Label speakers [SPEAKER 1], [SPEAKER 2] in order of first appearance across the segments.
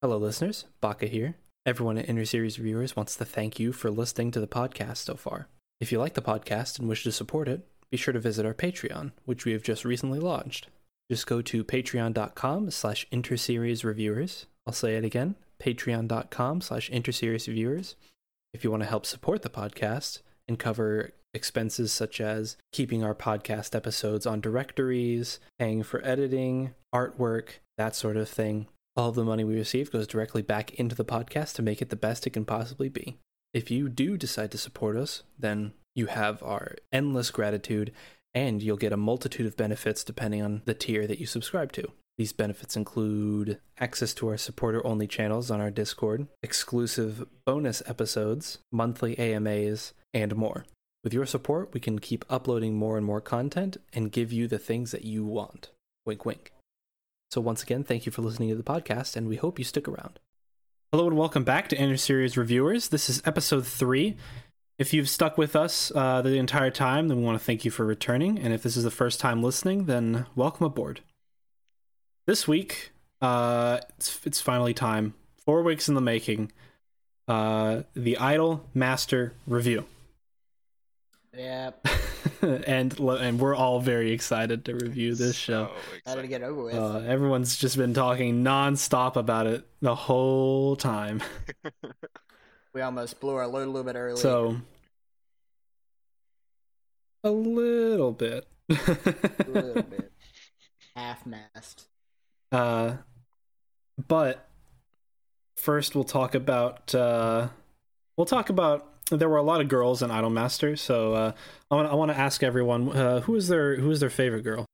[SPEAKER 1] Hello, listeners. Baka here. Everyone at Inner Series Reviewers wants to thank you for listening to the podcast so far. If you like the podcast and wish to support it, be sure to visit our Patreon, which we have just recently launched. Just go to patreon.com slash interseries reviewers. I'll say it again, patreon.com slash interseries reviewers. If you want to help support the podcast and cover expenses such as keeping our podcast episodes on directories, paying for editing, artwork, that sort of thing, all of the money we receive goes directly back into the podcast to make it the best it can possibly be. If you do decide to support us, then you have our endless gratitude and you'll get a multitude of benefits depending on the tier that you subscribe to. These benefits include access to our supporter only channels on our Discord, exclusive bonus episodes, monthly AMAs, and more. With your support, we can keep uploading more and more content and give you the things that you want. Wink, wink. So once again, thank you for listening to the podcast, and we hope you stick around. Hello and welcome back to Inner Series Reviewers. This is episode three. If you've stuck with us uh, the entire time, then we want to thank you for returning. And if this is the first time listening, then welcome aboard. This week, uh, it's, it's finally time. Four weeks in the making. Uh, the Idol Master review,
[SPEAKER 2] Yep.
[SPEAKER 1] and lo- and we're all very excited to review this show.
[SPEAKER 2] How did it get over with?
[SPEAKER 1] Uh, everyone's just been talking nonstop about it the whole time.
[SPEAKER 2] we almost blew our load a little bit early.
[SPEAKER 1] So a little bit.
[SPEAKER 2] a little bit. Half mast.
[SPEAKER 1] uh, but first, we'll talk about uh, we'll talk about. There were a lot of girls in Idolmaster, so uh, I want I want to ask everyone uh, who is their who is their favorite girl.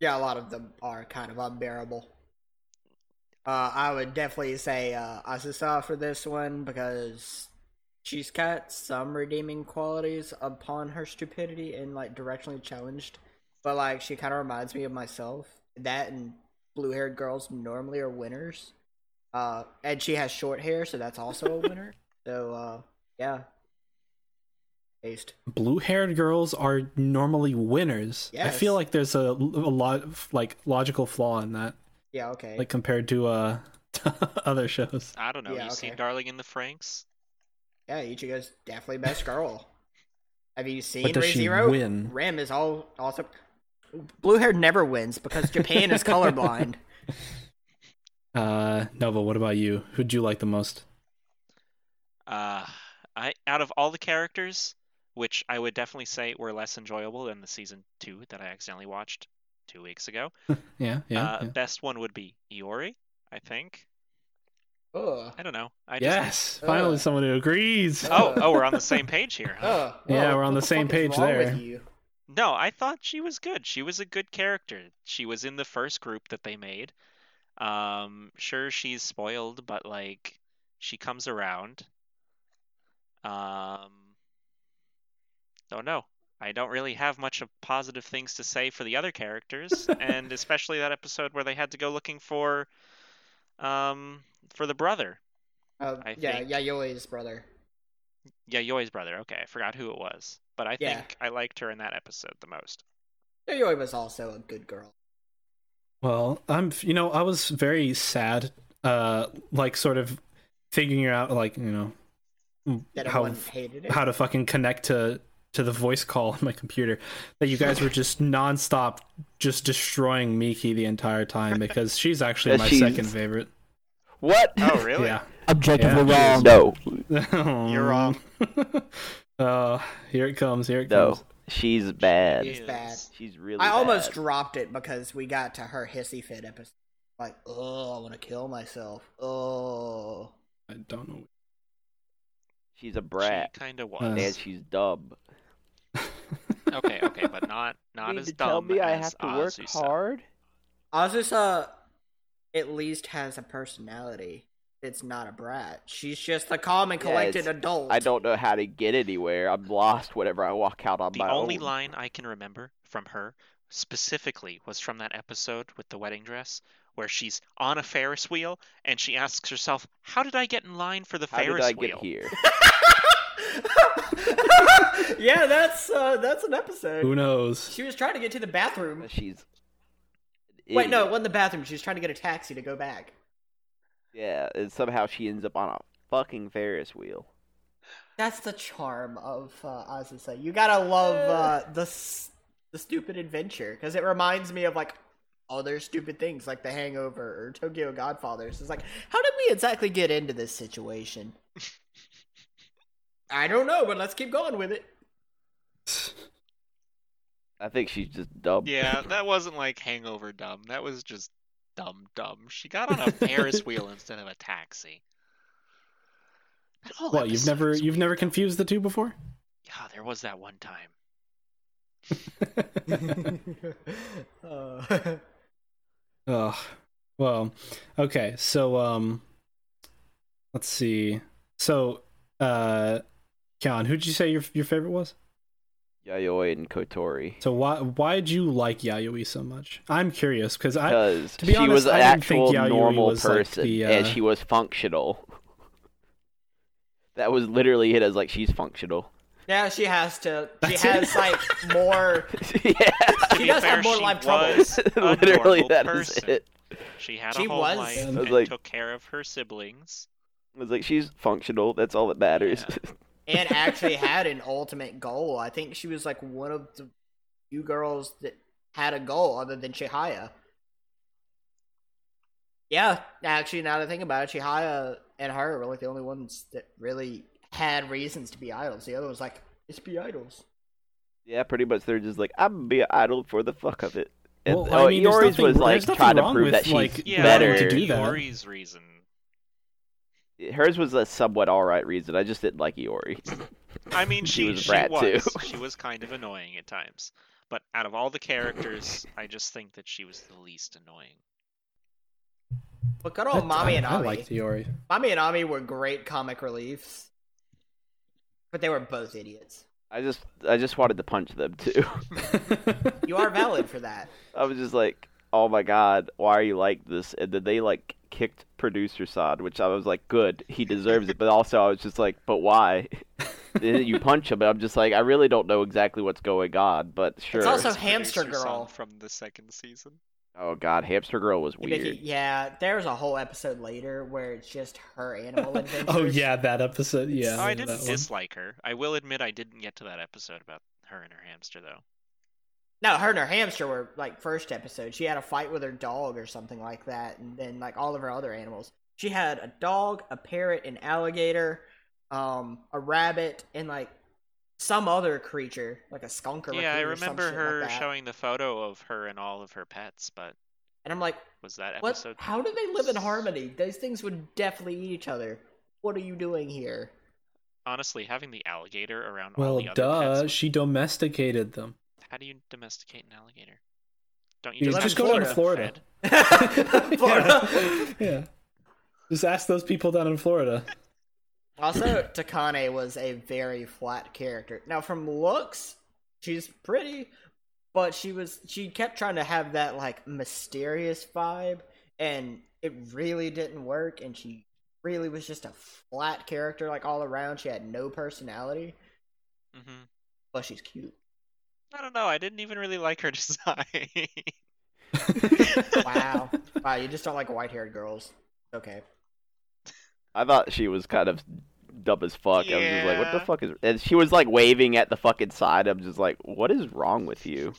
[SPEAKER 2] Yeah, a lot of them are kind of unbearable. Uh, I would definitely say uh, Asusa for this one because she's got some redeeming qualities upon her stupidity and like directionally challenged, but like she kind of reminds me of myself. That and blue-haired girls normally are winners, uh, and she has short hair, so that's also a winner. So uh, yeah, taste.
[SPEAKER 1] blue haired girls are normally winners. I
[SPEAKER 2] Yes.
[SPEAKER 1] feel like there's a, a lot of like logical flaw in that,
[SPEAKER 2] Yeah, okay.
[SPEAKER 1] like compared to uh other shows.
[SPEAKER 3] I don't know.
[SPEAKER 2] Yeah,
[SPEAKER 3] you seen
[SPEAKER 2] okay.
[SPEAKER 3] Darling in the Franks?
[SPEAKER 2] Yeah, Ichigo's definitely best girl. Have you seen
[SPEAKER 1] But does
[SPEAKER 2] Re
[SPEAKER 1] she
[SPEAKER 2] Zero?
[SPEAKER 1] win?
[SPEAKER 2] Rim is all also blue hair never wins because Japan is colorblind.
[SPEAKER 1] Uh Nova, what about you? Who'd you like the most?
[SPEAKER 3] Uh, I out of all the characters, which I would definitely say were less enjoyable than the season two that I accidentally watched two weeks ago.
[SPEAKER 1] Yeah, yeah.
[SPEAKER 3] uh,
[SPEAKER 1] yeah.
[SPEAKER 3] best one would be Iori. I think.
[SPEAKER 2] Ugh.
[SPEAKER 3] I don't know. I just... uh,
[SPEAKER 1] Yes, finally
[SPEAKER 2] Ugh.
[SPEAKER 1] someone who agrees.
[SPEAKER 3] Oh, oh, we're on the same page here. huh?
[SPEAKER 2] Ugh.
[SPEAKER 1] Yeah,
[SPEAKER 2] Whoa,
[SPEAKER 1] we're on
[SPEAKER 2] what
[SPEAKER 1] the same
[SPEAKER 2] fuck is
[SPEAKER 1] page
[SPEAKER 2] wrong
[SPEAKER 1] there.
[SPEAKER 2] with you?
[SPEAKER 3] No, I thought she was good. She was a good character. She was in the first group that they made. Um, sure, she's spoiled, but like she comes around. Um, don't know. I don't really have much of positive things to say for the other characters, and especially that episode where they had to go looking for, um, for the brother,
[SPEAKER 2] Uh,
[SPEAKER 3] I
[SPEAKER 2] yeah,
[SPEAKER 3] think-
[SPEAKER 2] Yayoi's brother.
[SPEAKER 3] Yayoi's brother. Okay, I forgot who it was, but I
[SPEAKER 2] Yeah.
[SPEAKER 3] think I liked her in that episode the most.
[SPEAKER 2] Yayoi was also a good girl.
[SPEAKER 1] Well, I'm you know, I was very sad uh like sort of figuring out like, you know,
[SPEAKER 2] That
[SPEAKER 1] how
[SPEAKER 2] everyone hated it.
[SPEAKER 1] how to fucking connect to to the voice call on my computer that you guys were just nonstop just destroying Miki the entire time because she's actually
[SPEAKER 4] Yes,
[SPEAKER 1] my
[SPEAKER 4] she's-
[SPEAKER 1] second favorite.
[SPEAKER 4] What?
[SPEAKER 3] Oh, really?
[SPEAKER 1] Yeah.
[SPEAKER 5] objectively
[SPEAKER 1] Yeah.
[SPEAKER 5] wrong.
[SPEAKER 4] No,
[SPEAKER 1] You're
[SPEAKER 3] wrong.
[SPEAKER 1] oh, Um, here it comes. Here it
[SPEAKER 4] no.
[SPEAKER 1] comes.
[SPEAKER 4] She's bad.
[SPEAKER 2] She's bad.
[SPEAKER 4] She's really.
[SPEAKER 2] I almost
[SPEAKER 4] bad.
[SPEAKER 2] dropped it because we got to her hissy fit episode. Like, oh, I want to kill myself. Oh,
[SPEAKER 1] I don't know.
[SPEAKER 4] She's a brat.
[SPEAKER 3] She kind of was.
[SPEAKER 1] Uh,
[SPEAKER 4] And she's dumb.
[SPEAKER 3] Okay, okay, but not not
[SPEAKER 4] You
[SPEAKER 3] as
[SPEAKER 4] mean to
[SPEAKER 3] dumb
[SPEAKER 4] tell me
[SPEAKER 3] as
[SPEAKER 4] I have to work
[SPEAKER 3] Azusa.
[SPEAKER 4] hard.
[SPEAKER 2] Azusa at least has a personality. It's not a brat. She's just a calm and
[SPEAKER 4] Yeah,
[SPEAKER 2] collected
[SPEAKER 4] it's-
[SPEAKER 2] adult.
[SPEAKER 4] I don't know how to get anywhere. I'm lost whenever I walk out on
[SPEAKER 3] The
[SPEAKER 4] my
[SPEAKER 3] only
[SPEAKER 4] own.
[SPEAKER 3] line I can remember from her specifically was from that episode with the wedding dress where she's on a Ferris wheel and she asks herself, "How did I get in line for the
[SPEAKER 4] how did
[SPEAKER 3] Ferris
[SPEAKER 4] I get
[SPEAKER 3] wheel?"
[SPEAKER 4] here?
[SPEAKER 2] yeah, that's uh, that's an episode.
[SPEAKER 1] Who knows?
[SPEAKER 2] She was trying to get to the bathroom.
[SPEAKER 4] Uh, She's. an
[SPEAKER 2] Wait, no, it
[SPEAKER 4] idiot.
[SPEAKER 2] wasn't the bathroom. She was trying to get a taxi to go back.
[SPEAKER 4] Yeah, and somehow she ends up on a fucking Ferris wheel.
[SPEAKER 2] That's the charm of uh, Azusa. You gotta love uh, the s- the stupid adventure because it reminds me of like other stupid things like The Hangover or Tokyo Godfathers. It's like, how did we exactly get into this situation? I don't know, but let's keep going with it.
[SPEAKER 4] I think she's just dumb.
[SPEAKER 3] Yeah, that wasn't like hangover dumb. That was just dumb dumb. She got on a Ferris wheel instead of a taxi. That whole
[SPEAKER 1] What you've never
[SPEAKER 3] episode's
[SPEAKER 1] you've
[SPEAKER 3] weird.
[SPEAKER 1] never confused the two before?
[SPEAKER 3] Yeah, there was that one time.
[SPEAKER 2] Uh,
[SPEAKER 1] Oh, well, okay. So, um, let's see. So, uh, Kian, who'd you say your your favorite was?
[SPEAKER 4] Yayoi and Kotori.
[SPEAKER 1] So why why'd you like Yayoi so much? I'm curious because I
[SPEAKER 4] Because
[SPEAKER 1] to be
[SPEAKER 4] she
[SPEAKER 1] honest,
[SPEAKER 4] was an
[SPEAKER 1] I didn't think
[SPEAKER 4] actual
[SPEAKER 1] Yayoi
[SPEAKER 4] normal
[SPEAKER 1] was, like,
[SPEAKER 4] person,
[SPEAKER 1] the,
[SPEAKER 4] and
[SPEAKER 1] uh,
[SPEAKER 4] she was functional. that was literally it as like she's functional.
[SPEAKER 2] now she has to. She
[SPEAKER 1] That's it?
[SPEAKER 2] has like more.
[SPEAKER 4] yeah,
[SPEAKER 3] To
[SPEAKER 2] She
[SPEAKER 3] be
[SPEAKER 2] does
[SPEAKER 3] fair,
[SPEAKER 2] have more
[SPEAKER 3] she
[SPEAKER 2] life trouble.
[SPEAKER 3] was a
[SPEAKER 4] literally
[SPEAKER 3] normal
[SPEAKER 4] that is
[SPEAKER 3] person.
[SPEAKER 4] it.
[SPEAKER 3] She had
[SPEAKER 2] She
[SPEAKER 3] a home
[SPEAKER 2] was.
[SPEAKER 3] life
[SPEAKER 1] I
[SPEAKER 4] was
[SPEAKER 3] and
[SPEAKER 4] like-
[SPEAKER 3] took care of her siblings.
[SPEAKER 4] I was like, she's functional. That's all that matters.
[SPEAKER 2] and actually had an ultimate goal. I think she was like one of the few girls that had a goal other than Chihaya. Yeah, actually, now that I think about it, Chihaya and her were like the only ones that really had reasons to be idols. The other was like, it's be idols.
[SPEAKER 4] yeah, pretty much. They're just like, I'm gonna be an idol for the fuck of it. And
[SPEAKER 1] Well, I
[SPEAKER 4] oh,
[SPEAKER 1] mean, there's
[SPEAKER 4] Iori's
[SPEAKER 1] nothing-
[SPEAKER 4] was
[SPEAKER 1] there's
[SPEAKER 4] like
[SPEAKER 1] nothing
[SPEAKER 4] trying to
[SPEAKER 1] wrong
[SPEAKER 4] prove
[SPEAKER 1] with,
[SPEAKER 4] that she's
[SPEAKER 1] like,
[SPEAKER 3] Yeah,
[SPEAKER 4] better.
[SPEAKER 1] wanting to do that.
[SPEAKER 3] Iori's reason.
[SPEAKER 4] Hers was a somewhat alright reason. I just didn't like Iori.
[SPEAKER 3] I mean,
[SPEAKER 4] She
[SPEAKER 3] she
[SPEAKER 4] was a brat, too.
[SPEAKER 3] was. She was kind of annoying at times. But out of all the characters, I just think that she was the least annoying.
[SPEAKER 2] But good old
[SPEAKER 1] I-
[SPEAKER 2] Mommy
[SPEAKER 1] I,
[SPEAKER 2] and
[SPEAKER 1] I
[SPEAKER 2] Ami.
[SPEAKER 1] liked Yayoi.
[SPEAKER 2] Mommy and Ami were great comic reliefs, but they were both idiots.
[SPEAKER 4] I just, I just wanted to punch them too.
[SPEAKER 2] You are valid for that.
[SPEAKER 4] I was just like, oh my god, why are you like this? And then they like kicked producer side, which I was like, good, he deserves it. But also, I was just like, but why? Then you punch him, and I'm just like, I really don't know exactly what's going on, but sure.
[SPEAKER 2] It's also
[SPEAKER 3] It's
[SPEAKER 2] Hamster
[SPEAKER 3] producer song
[SPEAKER 2] Girl.
[SPEAKER 3] from the second season.
[SPEAKER 4] oh god, Hamster Girl was
[SPEAKER 2] Hey, Mickey,
[SPEAKER 4] weird.
[SPEAKER 2] yeah, there's a whole episode later where it's just her animal adventures.
[SPEAKER 1] oh yeah, that episode. Yeah,
[SPEAKER 3] oh, I
[SPEAKER 1] that
[SPEAKER 3] didn't
[SPEAKER 1] one.
[SPEAKER 3] dislike her. I will admit I didn't get to that episode about her and her hamster though.
[SPEAKER 2] No, her and her hamster were like first episode. She had a fight with her dog or something like that, and then like all of her other animals. She had a dog, a parrot, an alligator, um, a rabbit, and like some other creature, like a skunk or
[SPEAKER 3] yeah, I
[SPEAKER 2] raccoon or some
[SPEAKER 3] remember
[SPEAKER 2] shit like
[SPEAKER 3] her
[SPEAKER 2] that.
[SPEAKER 3] showing the photo of her and all of her pets, but
[SPEAKER 2] And I'm like,
[SPEAKER 3] was that
[SPEAKER 2] what?
[SPEAKER 3] episode?
[SPEAKER 2] How do they live in harmony? Those things would definitely eat each other. What are you doing here?
[SPEAKER 3] Honestly, having the alligator around all
[SPEAKER 1] Well,
[SPEAKER 3] the other pets.
[SPEAKER 1] duh,
[SPEAKER 3] was-
[SPEAKER 1] she domesticated them.
[SPEAKER 3] How do you domesticate an alligator? Don't you
[SPEAKER 1] You
[SPEAKER 2] live
[SPEAKER 1] just
[SPEAKER 2] in
[SPEAKER 3] just,
[SPEAKER 1] go down to
[SPEAKER 3] Florida.
[SPEAKER 1] Florida.
[SPEAKER 3] Fred?
[SPEAKER 2] Florida.
[SPEAKER 1] yeah. yeah. Just ask those people down in Florida.
[SPEAKER 2] Also, Takane was a very flat character. Now, from looks, she's pretty, but she was she kept trying to have that like mysterious vibe, and it really didn't work. And she really was just a flat character, like all around. She had no personality,
[SPEAKER 3] hmm
[SPEAKER 2] but she's cute.
[SPEAKER 3] I don't know. I didn't even really like her design.
[SPEAKER 2] Wow, wow, you just don't like white haired girls. Okay,
[SPEAKER 4] I thought she was kind of dumb as fuck. I was just like, what the
[SPEAKER 3] Yeah.
[SPEAKER 4] fuck is? And she was like waving at the fucking side. I'm just like, what is wrong with you?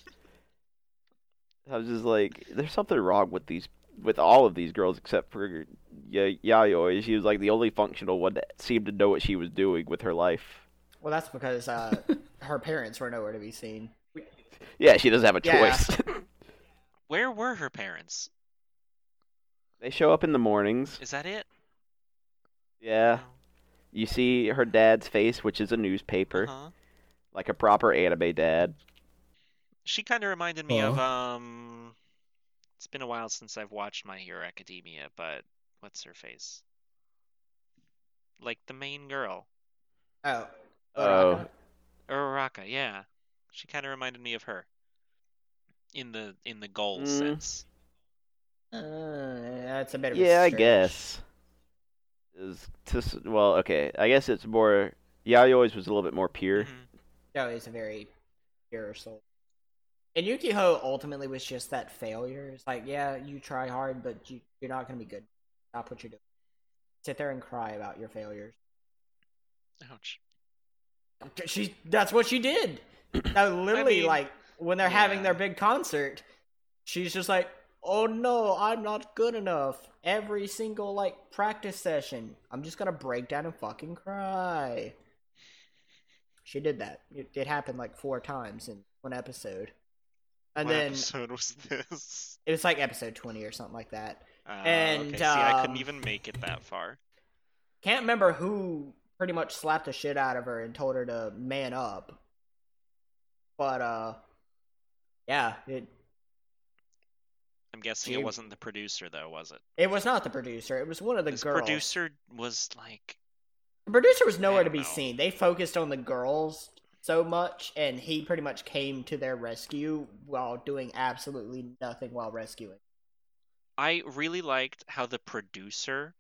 [SPEAKER 4] I was just like, there's something wrong with these, with all of these girls except for y- Yayoi. She was like the only functional one that seemed to know what she was doing with her life.
[SPEAKER 2] well that's because uh, her parents were nowhere to be seen.
[SPEAKER 4] Yeah, she doesn't have a
[SPEAKER 2] Yeah.
[SPEAKER 4] choice.
[SPEAKER 3] Where were her parents?
[SPEAKER 4] they show up in the mornings.
[SPEAKER 3] Is that it?
[SPEAKER 4] Yeah, you see her dad's face, which is a newspaper,
[SPEAKER 3] Uh-huh.
[SPEAKER 4] like a proper anime dad.
[SPEAKER 3] She kind of reminded me of
[SPEAKER 1] Oh.
[SPEAKER 3] um. It's been a while since I've watched My Hero Academia, but what's her face? Like the main girl,
[SPEAKER 2] Oh,
[SPEAKER 4] Oh.
[SPEAKER 3] Uraraka. Yeah, she kind of reminded me of her. In the in the goal
[SPEAKER 4] Mm.
[SPEAKER 3] sense.
[SPEAKER 2] Uh, that's a bit of a
[SPEAKER 4] Yeah, I
[SPEAKER 2] stretch.
[SPEAKER 4] guess. Is just well, okay. I guess it's more. Yayoi always was a little bit more pure.
[SPEAKER 2] Mm-hmm.
[SPEAKER 3] Mhm.
[SPEAKER 2] No, he's a very pure soul. And Yukiho ultimately was just that failure. It's like, yeah, you try hard, but you, you're not going to be good. Stop what you're doing. sit there and cry about your failures.
[SPEAKER 3] Ouch.
[SPEAKER 2] She that's what she did. That literally
[SPEAKER 3] mean,
[SPEAKER 2] like when they're having
[SPEAKER 3] yeah.
[SPEAKER 2] their big concert, she's just like, "Oh no, I'm not good enough." Every single like practice session, I'm just going to break down and fucking cry. She did that. It, it happened like four times in one episode. And
[SPEAKER 3] what
[SPEAKER 2] then
[SPEAKER 3] episode was this?
[SPEAKER 2] it was like episode 20 or something like that.
[SPEAKER 3] Uh,
[SPEAKER 2] And,
[SPEAKER 3] okay, see, I couldn't
[SPEAKER 2] um,
[SPEAKER 3] even make it that far.
[SPEAKER 2] Can't remember who pretty much slapped the shit out of her and told her to man up. But uh yeah, it
[SPEAKER 3] I'm guessing
[SPEAKER 2] she-
[SPEAKER 3] it wasn't the producer though, was it?
[SPEAKER 2] it was not the producer. It was one of the
[SPEAKER 3] this
[SPEAKER 2] girls.
[SPEAKER 3] producer was like,
[SPEAKER 2] the producer was nowhere
[SPEAKER 3] I
[SPEAKER 2] to
[SPEAKER 3] don't
[SPEAKER 2] be
[SPEAKER 3] know.
[SPEAKER 2] seen. They focused on the girls so much and he pretty much came to their rescue while doing absolutely nothing while rescuing.
[SPEAKER 3] I really liked how the producer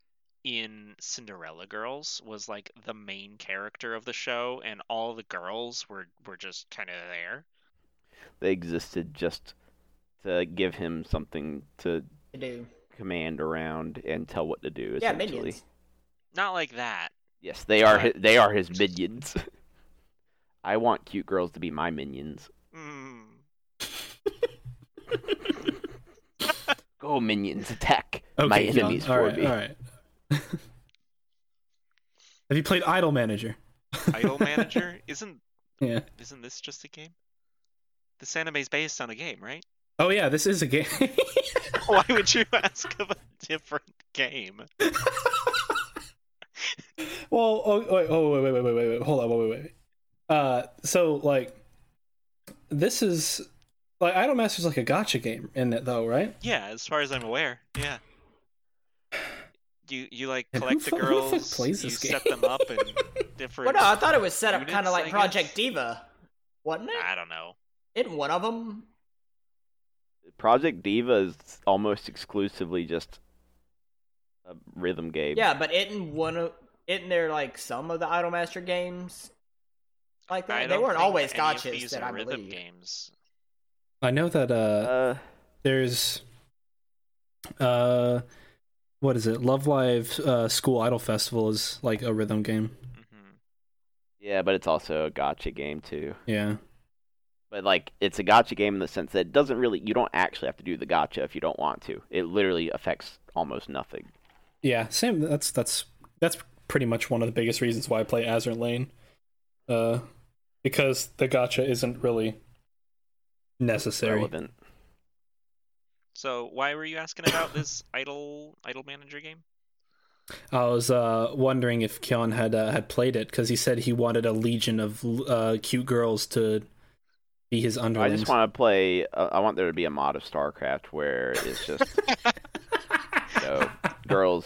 [SPEAKER 3] in Cinderella Girls was like the main character of the show, and all the girls were were just kind of there.
[SPEAKER 4] They existed just to give him something to
[SPEAKER 2] To do.
[SPEAKER 4] command around and tell what to do.
[SPEAKER 2] Yeah,
[SPEAKER 4] essentially.
[SPEAKER 2] minions.
[SPEAKER 3] Not like that.
[SPEAKER 4] Yes, they are. His,
[SPEAKER 3] Right.
[SPEAKER 4] they are his minions. I want cute girls to be my minions.
[SPEAKER 3] Mm.
[SPEAKER 4] Go minions, attack my
[SPEAKER 1] Keon,
[SPEAKER 4] enemies
[SPEAKER 1] all
[SPEAKER 4] for
[SPEAKER 1] right,
[SPEAKER 4] me.
[SPEAKER 1] All right. Have you played Idol Manager?
[SPEAKER 3] Idol Manager isn't
[SPEAKER 1] Yeah.
[SPEAKER 3] isn't this just a game? This anime is based on a game, right?
[SPEAKER 1] Oh yeah, this is a game.
[SPEAKER 3] Why would you ask of a different game?
[SPEAKER 1] well, oh, oh, oh, wait, wait, wait, wait, wait, hold on, wait, wait, wait. Uh, so like, this is like Idol Master's like a gotcha game in it though, right?
[SPEAKER 3] Yeah, as far as I'm aware, yeah. You you like
[SPEAKER 1] And who
[SPEAKER 3] collect the
[SPEAKER 1] fu- who the fuck
[SPEAKER 3] girls,
[SPEAKER 1] plays
[SPEAKER 3] you
[SPEAKER 1] this
[SPEAKER 3] set
[SPEAKER 1] game?
[SPEAKER 3] them up in different.
[SPEAKER 2] Well, no, I thought it was set up
[SPEAKER 3] units,
[SPEAKER 2] kind of
[SPEAKER 3] I
[SPEAKER 2] like
[SPEAKER 3] guess?
[SPEAKER 2] Project Diva, wasn't it?
[SPEAKER 3] I don't know.
[SPEAKER 2] Isn't one of them?
[SPEAKER 4] Project Diva is almost exclusively just a rhythm game.
[SPEAKER 2] Yeah, but isn't one of isn't there like some of the Idolmaster games like
[SPEAKER 3] I
[SPEAKER 2] that? They
[SPEAKER 3] don't
[SPEAKER 2] weren't
[SPEAKER 3] think
[SPEAKER 2] always
[SPEAKER 3] any of
[SPEAKER 2] gotchas
[SPEAKER 3] these
[SPEAKER 2] that
[SPEAKER 3] are
[SPEAKER 2] I
[SPEAKER 3] rhythm
[SPEAKER 2] believe.
[SPEAKER 3] games.
[SPEAKER 1] I know that uh,
[SPEAKER 4] Uh,
[SPEAKER 1] there's uh, what is it? Love Live uh, School Idol Festival is like a rhythm game.
[SPEAKER 3] hmm
[SPEAKER 4] yeah, but it's also a gotcha game too.
[SPEAKER 1] Yeah.
[SPEAKER 4] But like, it's a gotcha game in the sense that it doesn't really. You don't actually have to do the gotcha if you don't want to. It literally affects almost nothing.
[SPEAKER 1] Yeah, same. That's that's that's pretty much one of the biggest reasons why I play Azure Lane, uh, because the gotcha isn't really necessary.
[SPEAKER 4] Relevant.
[SPEAKER 3] So why were you asking about this idol idol manager game?
[SPEAKER 1] I was uh, wondering if Kion had uh, had played it because he said he wanted a legion of uh, cute girls to be his
[SPEAKER 4] I
[SPEAKER 1] underlings.
[SPEAKER 4] just want to play. Uh, I want there to be a mod of StarCraft where it's just you know, girls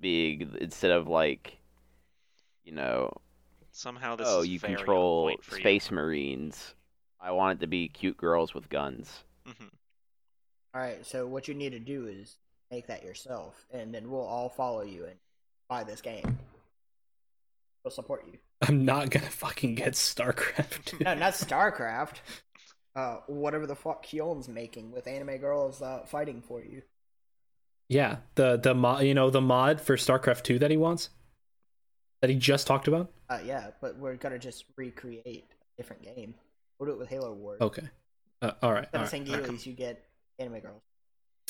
[SPEAKER 4] being instead of like, you know,
[SPEAKER 3] Somehow this
[SPEAKER 4] oh,
[SPEAKER 3] is
[SPEAKER 4] you
[SPEAKER 3] very on
[SPEAKER 4] control
[SPEAKER 3] point for you.
[SPEAKER 4] space marines. I want it to be cute girls with guns.
[SPEAKER 3] Mhm.
[SPEAKER 2] All right, so what you need to do is make that yourself, and then we'll all follow you and buy this game. We'll support you.
[SPEAKER 1] I'm not gonna fucking get StarCraft.
[SPEAKER 2] No, not StarCraft. Uh, whatever the fuck Kyon's making with anime girls uh, fighting for you.
[SPEAKER 1] yeah, the the mod, you know, the mod for StarCraft two that he wants, that he just talked about.
[SPEAKER 2] Uh, yeah, but we're gonna just recreate a different game. We'll do it with Halo Wars.
[SPEAKER 1] Okay, uh, all right.
[SPEAKER 2] Instead
[SPEAKER 1] all
[SPEAKER 2] of
[SPEAKER 1] right,
[SPEAKER 2] saying
[SPEAKER 1] all right.
[SPEAKER 2] Gillies, you get anime girls.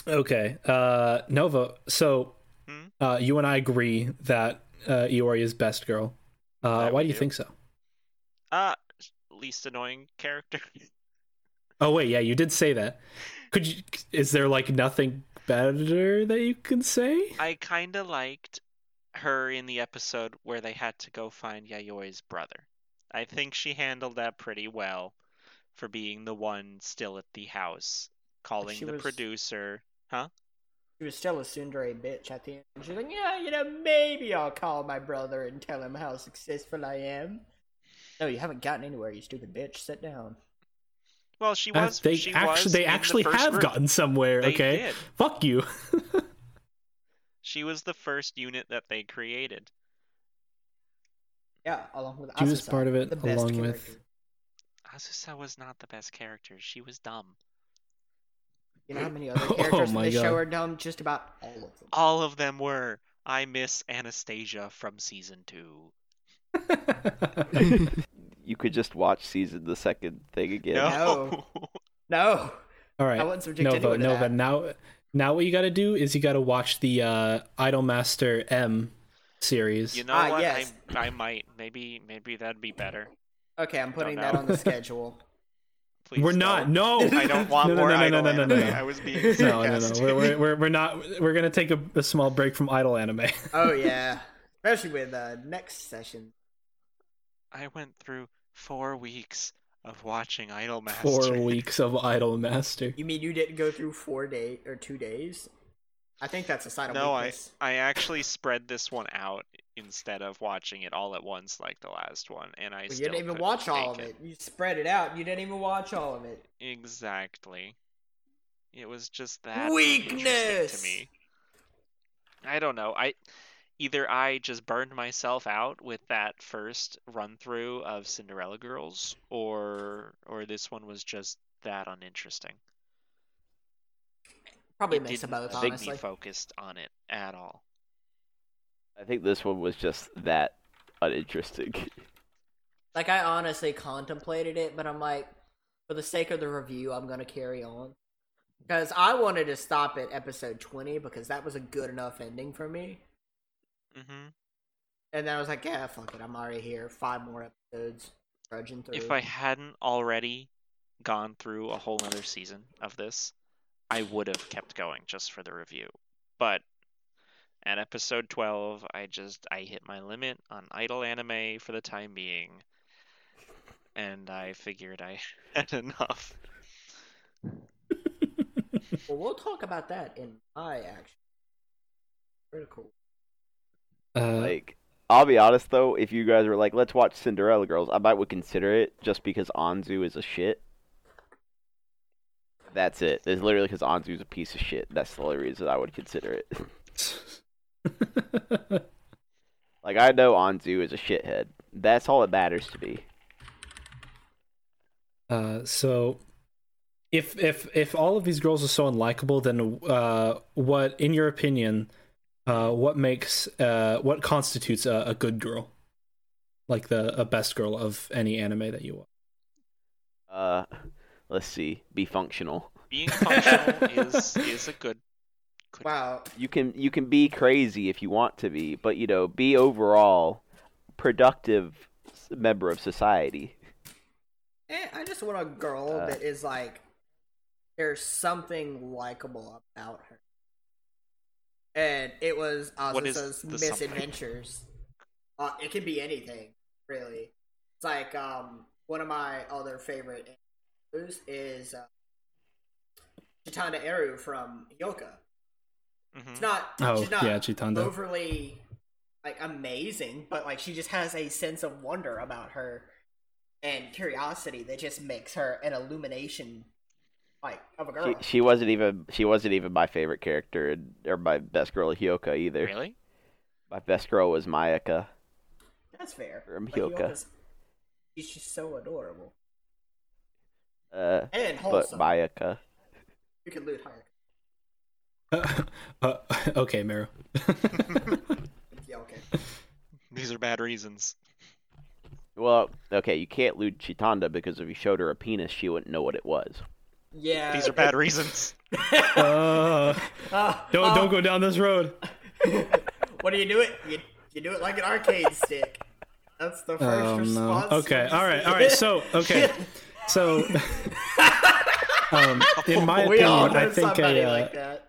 [SPEAKER 1] Okay, uh, Nova. So,
[SPEAKER 3] Hmm?
[SPEAKER 1] uh, you and I agree that uh, Iori is best girl. Uh,
[SPEAKER 3] That
[SPEAKER 1] why do
[SPEAKER 3] we
[SPEAKER 1] you
[SPEAKER 3] do.
[SPEAKER 1] think so?
[SPEAKER 3] Uh least annoying character.
[SPEAKER 1] Oh wait, yeah, you did say that. Could you? Is there like nothing better that you can say?
[SPEAKER 3] I kinda liked her in the episode where they had to go find Yayoi's brother. I think she handled that pretty well for being the one still at the house, calling
[SPEAKER 2] she
[SPEAKER 3] the
[SPEAKER 2] was-
[SPEAKER 3] producer.
[SPEAKER 2] She was still a tsundere bitch at the end. She's like, yeah, you know, maybe I'll call my brother and tell him how successful I am. No, you haven't gotten anywhere, you stupid bitch. Sit down.
[SPEAKER 3] Well, she
[SPEAKER 1] Uh,
[SPEAKER 3] was.
[SPEAKER 1] they
[SPEAKER 3] she
[SPEAKER 1] actually,
[SPEAKER 3] was
[SPEAKER 1] they
[SPEAKER 3] in the
[SPEAKER 1] actually
[SPEAKER 3] first
[SPEAKER 1] have
[SPEAKER 3] group.
[SPEAKER 1] gotten somewhere.
[SPEAKER 3] They
[SPEAKER 1] okay,
[SPEAKER 3] did.
[SPEAKER 1] fuck you.
[SPEAKER 3] She was the first unit that they created.
[SPEAKER 2] Yeah, along with
[SPEAKER 1] She was
[SPEAKER 2] Asusa,
[SPEAKER 1] part of it
[SPEAKER 2] the best
[SPEAKER 1] along with-
[SPEAKER 2] character.
[SPEAKER 3] Asusa was not the best character. She was dumb.
[SPEAKER 2] You know how many other
[SPEAKER 1] Oh
[SPEAKER 2] characters in
[SPEAKER 1] my
[SPEAKER 2] this
[SPEAKER 1] God.
[SPEAKER 2] show are dumb? Just about all of them.
[SPEAKER 3] All of them were. I miss Anastasia from season two.
[SPEAKER 4] You could just watch season the second thing again.
[SPEAKER 3] No.
[SPEAKER 2] No,
[SPEAKER 1] All
[SPEAKER 2] I
[SPEAKER 1] right.
[SPEAKER 2] wouldn't subject
[SPEAKER 1] Nova,
[SPEAKER 2] anyone to
[SPEAKER 1] Nova.
[SPEAKER 2] that.
[SPEAKER 1] Now, now what you got to do is you got to watch the uh, Idolmaster M series.
[SPEAKER 3] You know
[SPEAKER 2] Ah,
[SPEAKER 3] what?
[SPEAKER 2] yes.
[SPEAKER 3] I I might maybe maybe that'd be better.
[SPEAKER 2] Okay, I'm putting that
[SPEAKER 3] know.
[SPEAKER 2] on the schedule.
[SPEAKER 3] Please
[SPEAKER 1] We're
[SPEAKER 3] don't.
[SPEAKER 1] not. No,
[SPEAKER 3] I don't want
[SPEAKER 1] No, no,
[SPEAKER 3] more
[SPEAKER 1] no, no,
[SPEAKER 3] idol
[SPEAKER 1] no, no, no,
[SPEAKER 3] anime.
[SPEAKER 1] no.
[SPEAKER 3] I was being
[SPEAKER 1] no, no, no.
[SPEAKER 3] sarcastic.
[SPEAKER 1] We're, we're, we're, we're not. We're gonna take a, a small break from idol anime.
[SPEAKER 2] Oh yeah, especially with uh, next session.
[SPEAKER 3] I went through four weeks of watching Idolmaster.
[SPEAKER 1] Four weeks of idol master.
[SPEAKER 2] You mean you didn't go through four day or two days? I think that's a sign of
[SPEAKER 3] No, I
[SPEAKER 2] weakness.
[SPEAKER 3] I actually spread this one out instead of watching it all at once like the last one, and I
[SPEAKER 2] Well, you
[SPEAKER 3] still
[SPEAKER 2] didn't even
[SPEAKER 3] couldn't
[SPEAKER 2] watch all of
[SPEAKER 3] take
[SPEAKER 2] it. You spread it out. You didn't even watch all of it.
[SPEAKER 3] Exactly. It was just that uninteresting
[SPEAKER 2] Weakness!
[SPEAKER 3] to me. I don't know. I either I just burned myself out with that first run through of Cinderella Girls, or or this one was just that uninteresting.
[SPEAKER 2] Probably
[SPEAKER 3] It
[SPEAKER 2] mix of
[SPEAKER 3] didn't
[SPEAKER 2] both,
[SPEAKER 3] make me
[SPEAKER 2] honestly.
[SPEAKER 3] focused on it at all.
[SPEAKER 4] I think this one was just that uninteresting.
[SPEAKER 2] Like I honestly contemplated it, but I'm like, for the sake of the review, I'm gonna carry on because I wanted to stop at episode 20 because that was a good enough ending for me.
[SPEAKER 3] hmm
[SPEAKER 2] And then I was like, yeah, fuck it, I'm already here. Five more episodes, trudging through.
[SPEAKER 3] If I hadn't already gone through a whole other season of this, I would have kept going just for the review. But at episode 12, I just I hit my limit on idle anime for the time being, and I figured I had enough.
[SPEAKER 2] Well, we'll talk about that in my action. Critical.
[SPEAKER 1] Uh,
[SPEAKER 4] Like, I'll be honest though, if you guys were like, "Let's watch Cinderella Girls," I might would consider it just because Anzu is a shit. That's it. It's literally because Anzu's a piece of shit. That's the only reason I would consider it. like, I know Anzu is a shithead. That's all that matters to me.
[SPEAKER 1] Uh, so if if if all of these girls are so unlikable then uh what in your opinion uh what makes uh what constitutes a, a good girl like the a best girl of any anime that you watch
[SPEAKER 4] Uh, let's see. Be functional.
[SPEAKER 3] Being functional is is a good. good
[SPEAKER 2] Wow.
[SPEAKER 4] You can you can be crazy if you want to be, but you know, be overall productive s- member of society.
[SPEAKER 2] Eh, I just want a girl
[SPEAKER 4] Uh.
[SPEAKER 2] that is like, there's something likable about her. And it was
[SPEAKER 3] What is
[SPEAKER 2] Azusa's
[SPEAKER 3] the something?
[SPEAKER 2] misadventures. Uh, it can be anything, really. It's like um, one of my other favorite animes is uh, Chitana Eru from Yoka.
[SPEAKER 3] Mhm.
[SPEAKER 4] Mm-hmm.
[SPEAKER 2] It's not.
[SPEAKER 1] oh
[SPEAKER 2] she's not
[SPEAKER 1] yeah chitanda
[SPEAKER 2] overly like amazing, but like she just has a sense of wonder about her and curiosity that just makes her an illumination like of a girl.
[SPEAKER 4] She, she wasn't even she wasn't even my favorite character in- or my best girl in Hyoka either.
[SPEAKER 3] Really?
[SPEAKER 4] My best girl was Mayaka.
[SPEAKER 2] That's fair.
[SPEAKER 4] From
[SPEAKER 2] Like,
[SPEAKER 4] Hyoka.
[SPEAKER 2] Hyoka's- She's just so adorable
[SPEAKER 4] Uh,
[SPEAKER 2] and
[SPEAKER 4] but
[SPEAKER 2] wholesome.
[SPEAKER 4] Mayaka.
[SPEAKER 2] You can loot higher
[SPEAKER 1] uh, okay Mero.
[SPEAKER 2] Yeah, okay.
[SPEAKER 3] These are bad reasons.
[SPEAKER 4] Well, okay, you can't lewd Chitanda because if you showed her a penis, she wouldn't know what it was.
[SPEAKER 2] Yeah.
[SPEAKER 3] These are bad reasons.
[SPEAKER 1] uh,
[SPEAKER 2] Ah,
[SPEAKER 1] don't
[SPEAKER 2] ah,
[SPEAKER 1] don't go down this road
[SPEAKER 2] What do you do it? You, you do it like an arcade stick. That's the first
[SPEAKER 1] Oh, no.
[SPEAKER 2] response.
[SPEAKER 1] Okay, all right, all right. So, okay, so um, in my
[SPEAKER 2] we
[SPEAKER 1] opinion,
[SPEAKER 2] all know
[SPEAKER 1] I think
[SPEAKER 2] somebody
[SPEAKER 1] a, uh,
[SPEAKER 2] like that.
[SPEAKER 1] I-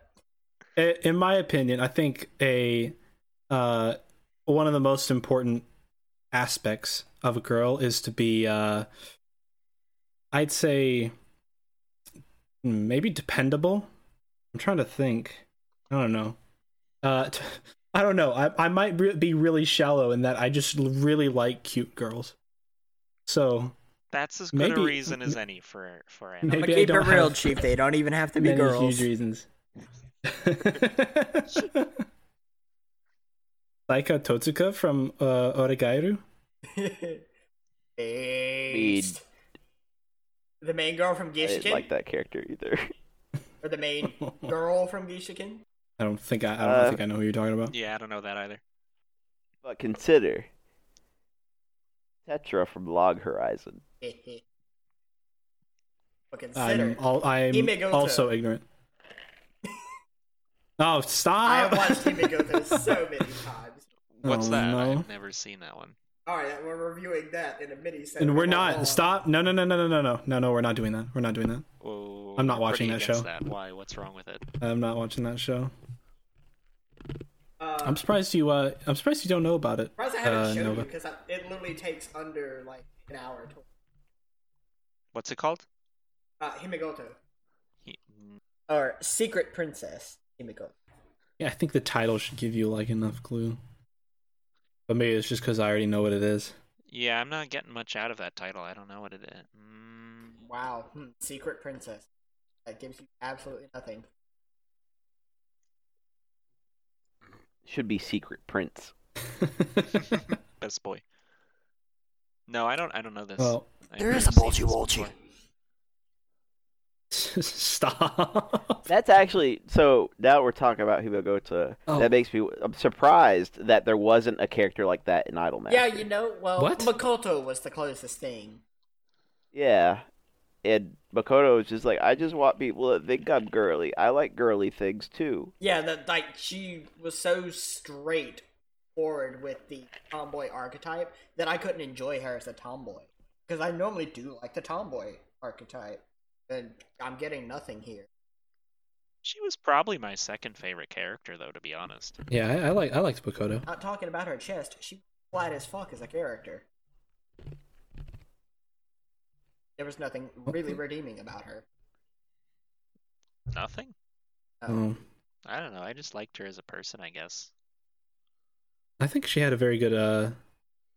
[SPEAKER 1] Eh, in my opinion, I think a uh, one of the most important aspects of a girl is to be, uh, I'd say, hmm, maybe dependable. I'm trying to think. I don't know. Uh, t- I don't know. I I might re- be really shallow in that I just l- really like cute girls. So
[SPEAKER 3] That's as good
[SPEAKER 1] Maybe-
[SPEAKER 3] a reason as any for for anime.
[SPEAKER 1] Maybe
[SPEAKER 2] But
[SPEAKER 1] I
[SPEAKER 2] keep it
[SPEAKER 1] don't
[SPEAKER 2] real,
[SPEAKER 1] have
[SPEAKER 2] Chief. They don't even have to be
[SPEAKER 1] many
[SPEAKER 2] girls.
[SPEAKER 1] huge reasons. Saika Totsuka from uh, Oregairu.
[SPEAKER 2] Beast. The main girl from
[SPEAKER 4] I didn't
[SPEAKER 2] Gishikin?
[SPEAKER 4] like that character either.
[SPEAKER 2] Or the main girl from Gishikin?
[SPEAKER 1] I don't think I, I don't
[SPEAKER 4] Uh,
[SPEAKER 1] think I know who you're talking about.
[SPEAKER 3] Yeah, I don't know that either.
[SPEAKER 4] But consider Tetra from Log Horizon.
[SPEAKER 2] but consider.
[SPEAKER 1] I'm, all, I'm
[SPEAKER 2] Hime Goto.
[SPEAKER 1] also ignorant. Oh,
[SPEAKER 2] I
[SPEAKER 1] stop!
[SPEAKER 2] have watched Demon Go through so many times.
[SPEAKER 3] What's
[SPEAKER 1] Oh,
[SPEAKER 3] that?
[SPEAKER 1] no.
[SPEAKER 3] I've never seen that one.
[SPEAKER 2] All right, we're reviewing that in a mini.
[SPEAKER 1] and we're
[SPEAKER 2] segment. Hold on.
[SPEAKER 1] not. Stop! No, no, no, no, no, no, no, no, no. We're not doing that. We're not doing that.
[SPEAKER 3] Whoa,
[SPEAKER 1] I'm not
[SPEAKER 3] you're
[SPEAKER 1] watching
[SPEAKER 3] pretty
[SPEAKER 1] that
[SPEAKER 3] against
[SPEAKER 1] show.
[SPEAKER 3] That. Why? What's wrong with it?
[SPEAKER 1] I'm not watching that show.
[SPEAKER 2] Uh,
[SPEAKER 1] I'm surprised you. Uh, I'm surprised you don't know about it.
[SPEAKER 2] surprised I haven't
[SPEAKER 1] uh,
[SPEAKER 2] shown
[SPEAKER 1] Nova.
[SPEAKER 2] you because it literally takes under like an hour. To,
[SPEAKER 3] What's it called?
[SPEAKER 2] uh, Himigoto
[SPEAKER 3] He- mm,
[SPEAKER 2] or Secret Princess Himigoto.
[SPEAKER 1] Yeah, I think the title should give you like enough clue. But maybe it's just because I already know what it is.
[SPEAKER 3] Yeah, I'm not getting much out of that title. I don't know what it is. Mm,
[SPEAKER 2] Wow, hmm, Secret Princess. That gives you absolutely nothing.
[SPEAKER 4] Should be Secret Prince.
[SPEAKER 3] best boy. No, I don't. I don't know this.
[SPEAKER 1] well,
[SPEAKER 3] I've
[SPEAKER 2] there is
[SPEAKER 3] never
[SPEAKER 2] a
[SPEAKER 3] seen
[SPEAKER 2] Bolgy
[SPEAKER 3] this
[SPEAKER 2] Wolgy.
[SPEAKER 3] before.
[SPEAKER 1] stop.
[SPEAKER 4] That's actually so. Now we're talking about Himagota.
[SPEAKER 1] Oh.
[SPEAKER 4] That makes me. I'm surprised that there wasn't a character like that in Idolmaster.
[SPEAKER 2] Yeah, you know, well,
[SPEAKER 1] What?
[SPEAKER 2] Makoto was the closest thing.
[SPEAKER 4] Yeah. And Makoto is just like, I just want people that think I'm girly. I like girly things too.
[SPEAKER 2] Yeah, that like she was so straight forward with the tomboy archetype that I couldn't enjoy her as a tomboy because I normally do like the tomboy archetype, and I'm getting nothing here.
[SPEAKER 3] She was probably my second favorite character, though, to be honest.
[SPEAKER 1] yeah, I, I like I liked Bokoto.
[SPEAKER 2] Not talking about her chest, she flat as fuck as a character. There was nothing really redeeming about her.
[SPEAKER 3] Nothing.
[SPEAKER 4] Oh.
[SPEAKER 2] Um,
[SPEAKER 1] Um,
[SPEAKER 3] I don't know. I just liked her as a person, I guess.
[SPEAKER 1] I think she had a very good. Uh,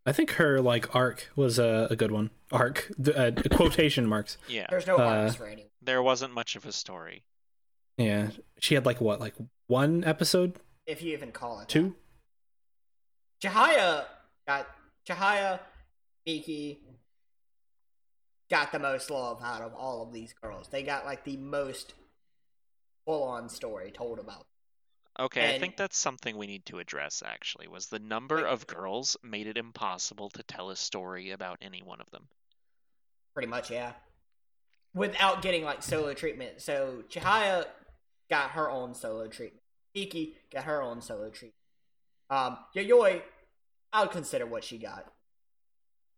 [SPEAKER 1] I think her like arc was a, a good one. Arc the, uh, quotation marks.
[SPEAKER 3] Yeah,
[SPEAKER 2] There's no
[SPEAKER 1] Uh,
[SPEAKER 2] arcs for anyone.
[SPEAKER 3] there wasn't much of a story.
[SPEAKER 1] Yeah, she had like what like one episode,
[SPEAKER 2] if you even call it. that.
[SPEAKER 1] two.
[SPEAKER 2] Chihaya got Chihaya, Miki got the most love out of all of these girls. They got like the most full on story told about.
[SPEAKER 3] Okay, I
[SPEAKER 2] And-
[SPEAKER 3] think that's something we need to address actually was the number of girls made it impossible to tell a story about any one of them.
[SPEAKER 2] Pretty much, yeah. Without getting like solo treatment. So Chihaya got her own solo treatment. Miki got her own solo treatment. Um Yayoi, I'll consider what she got.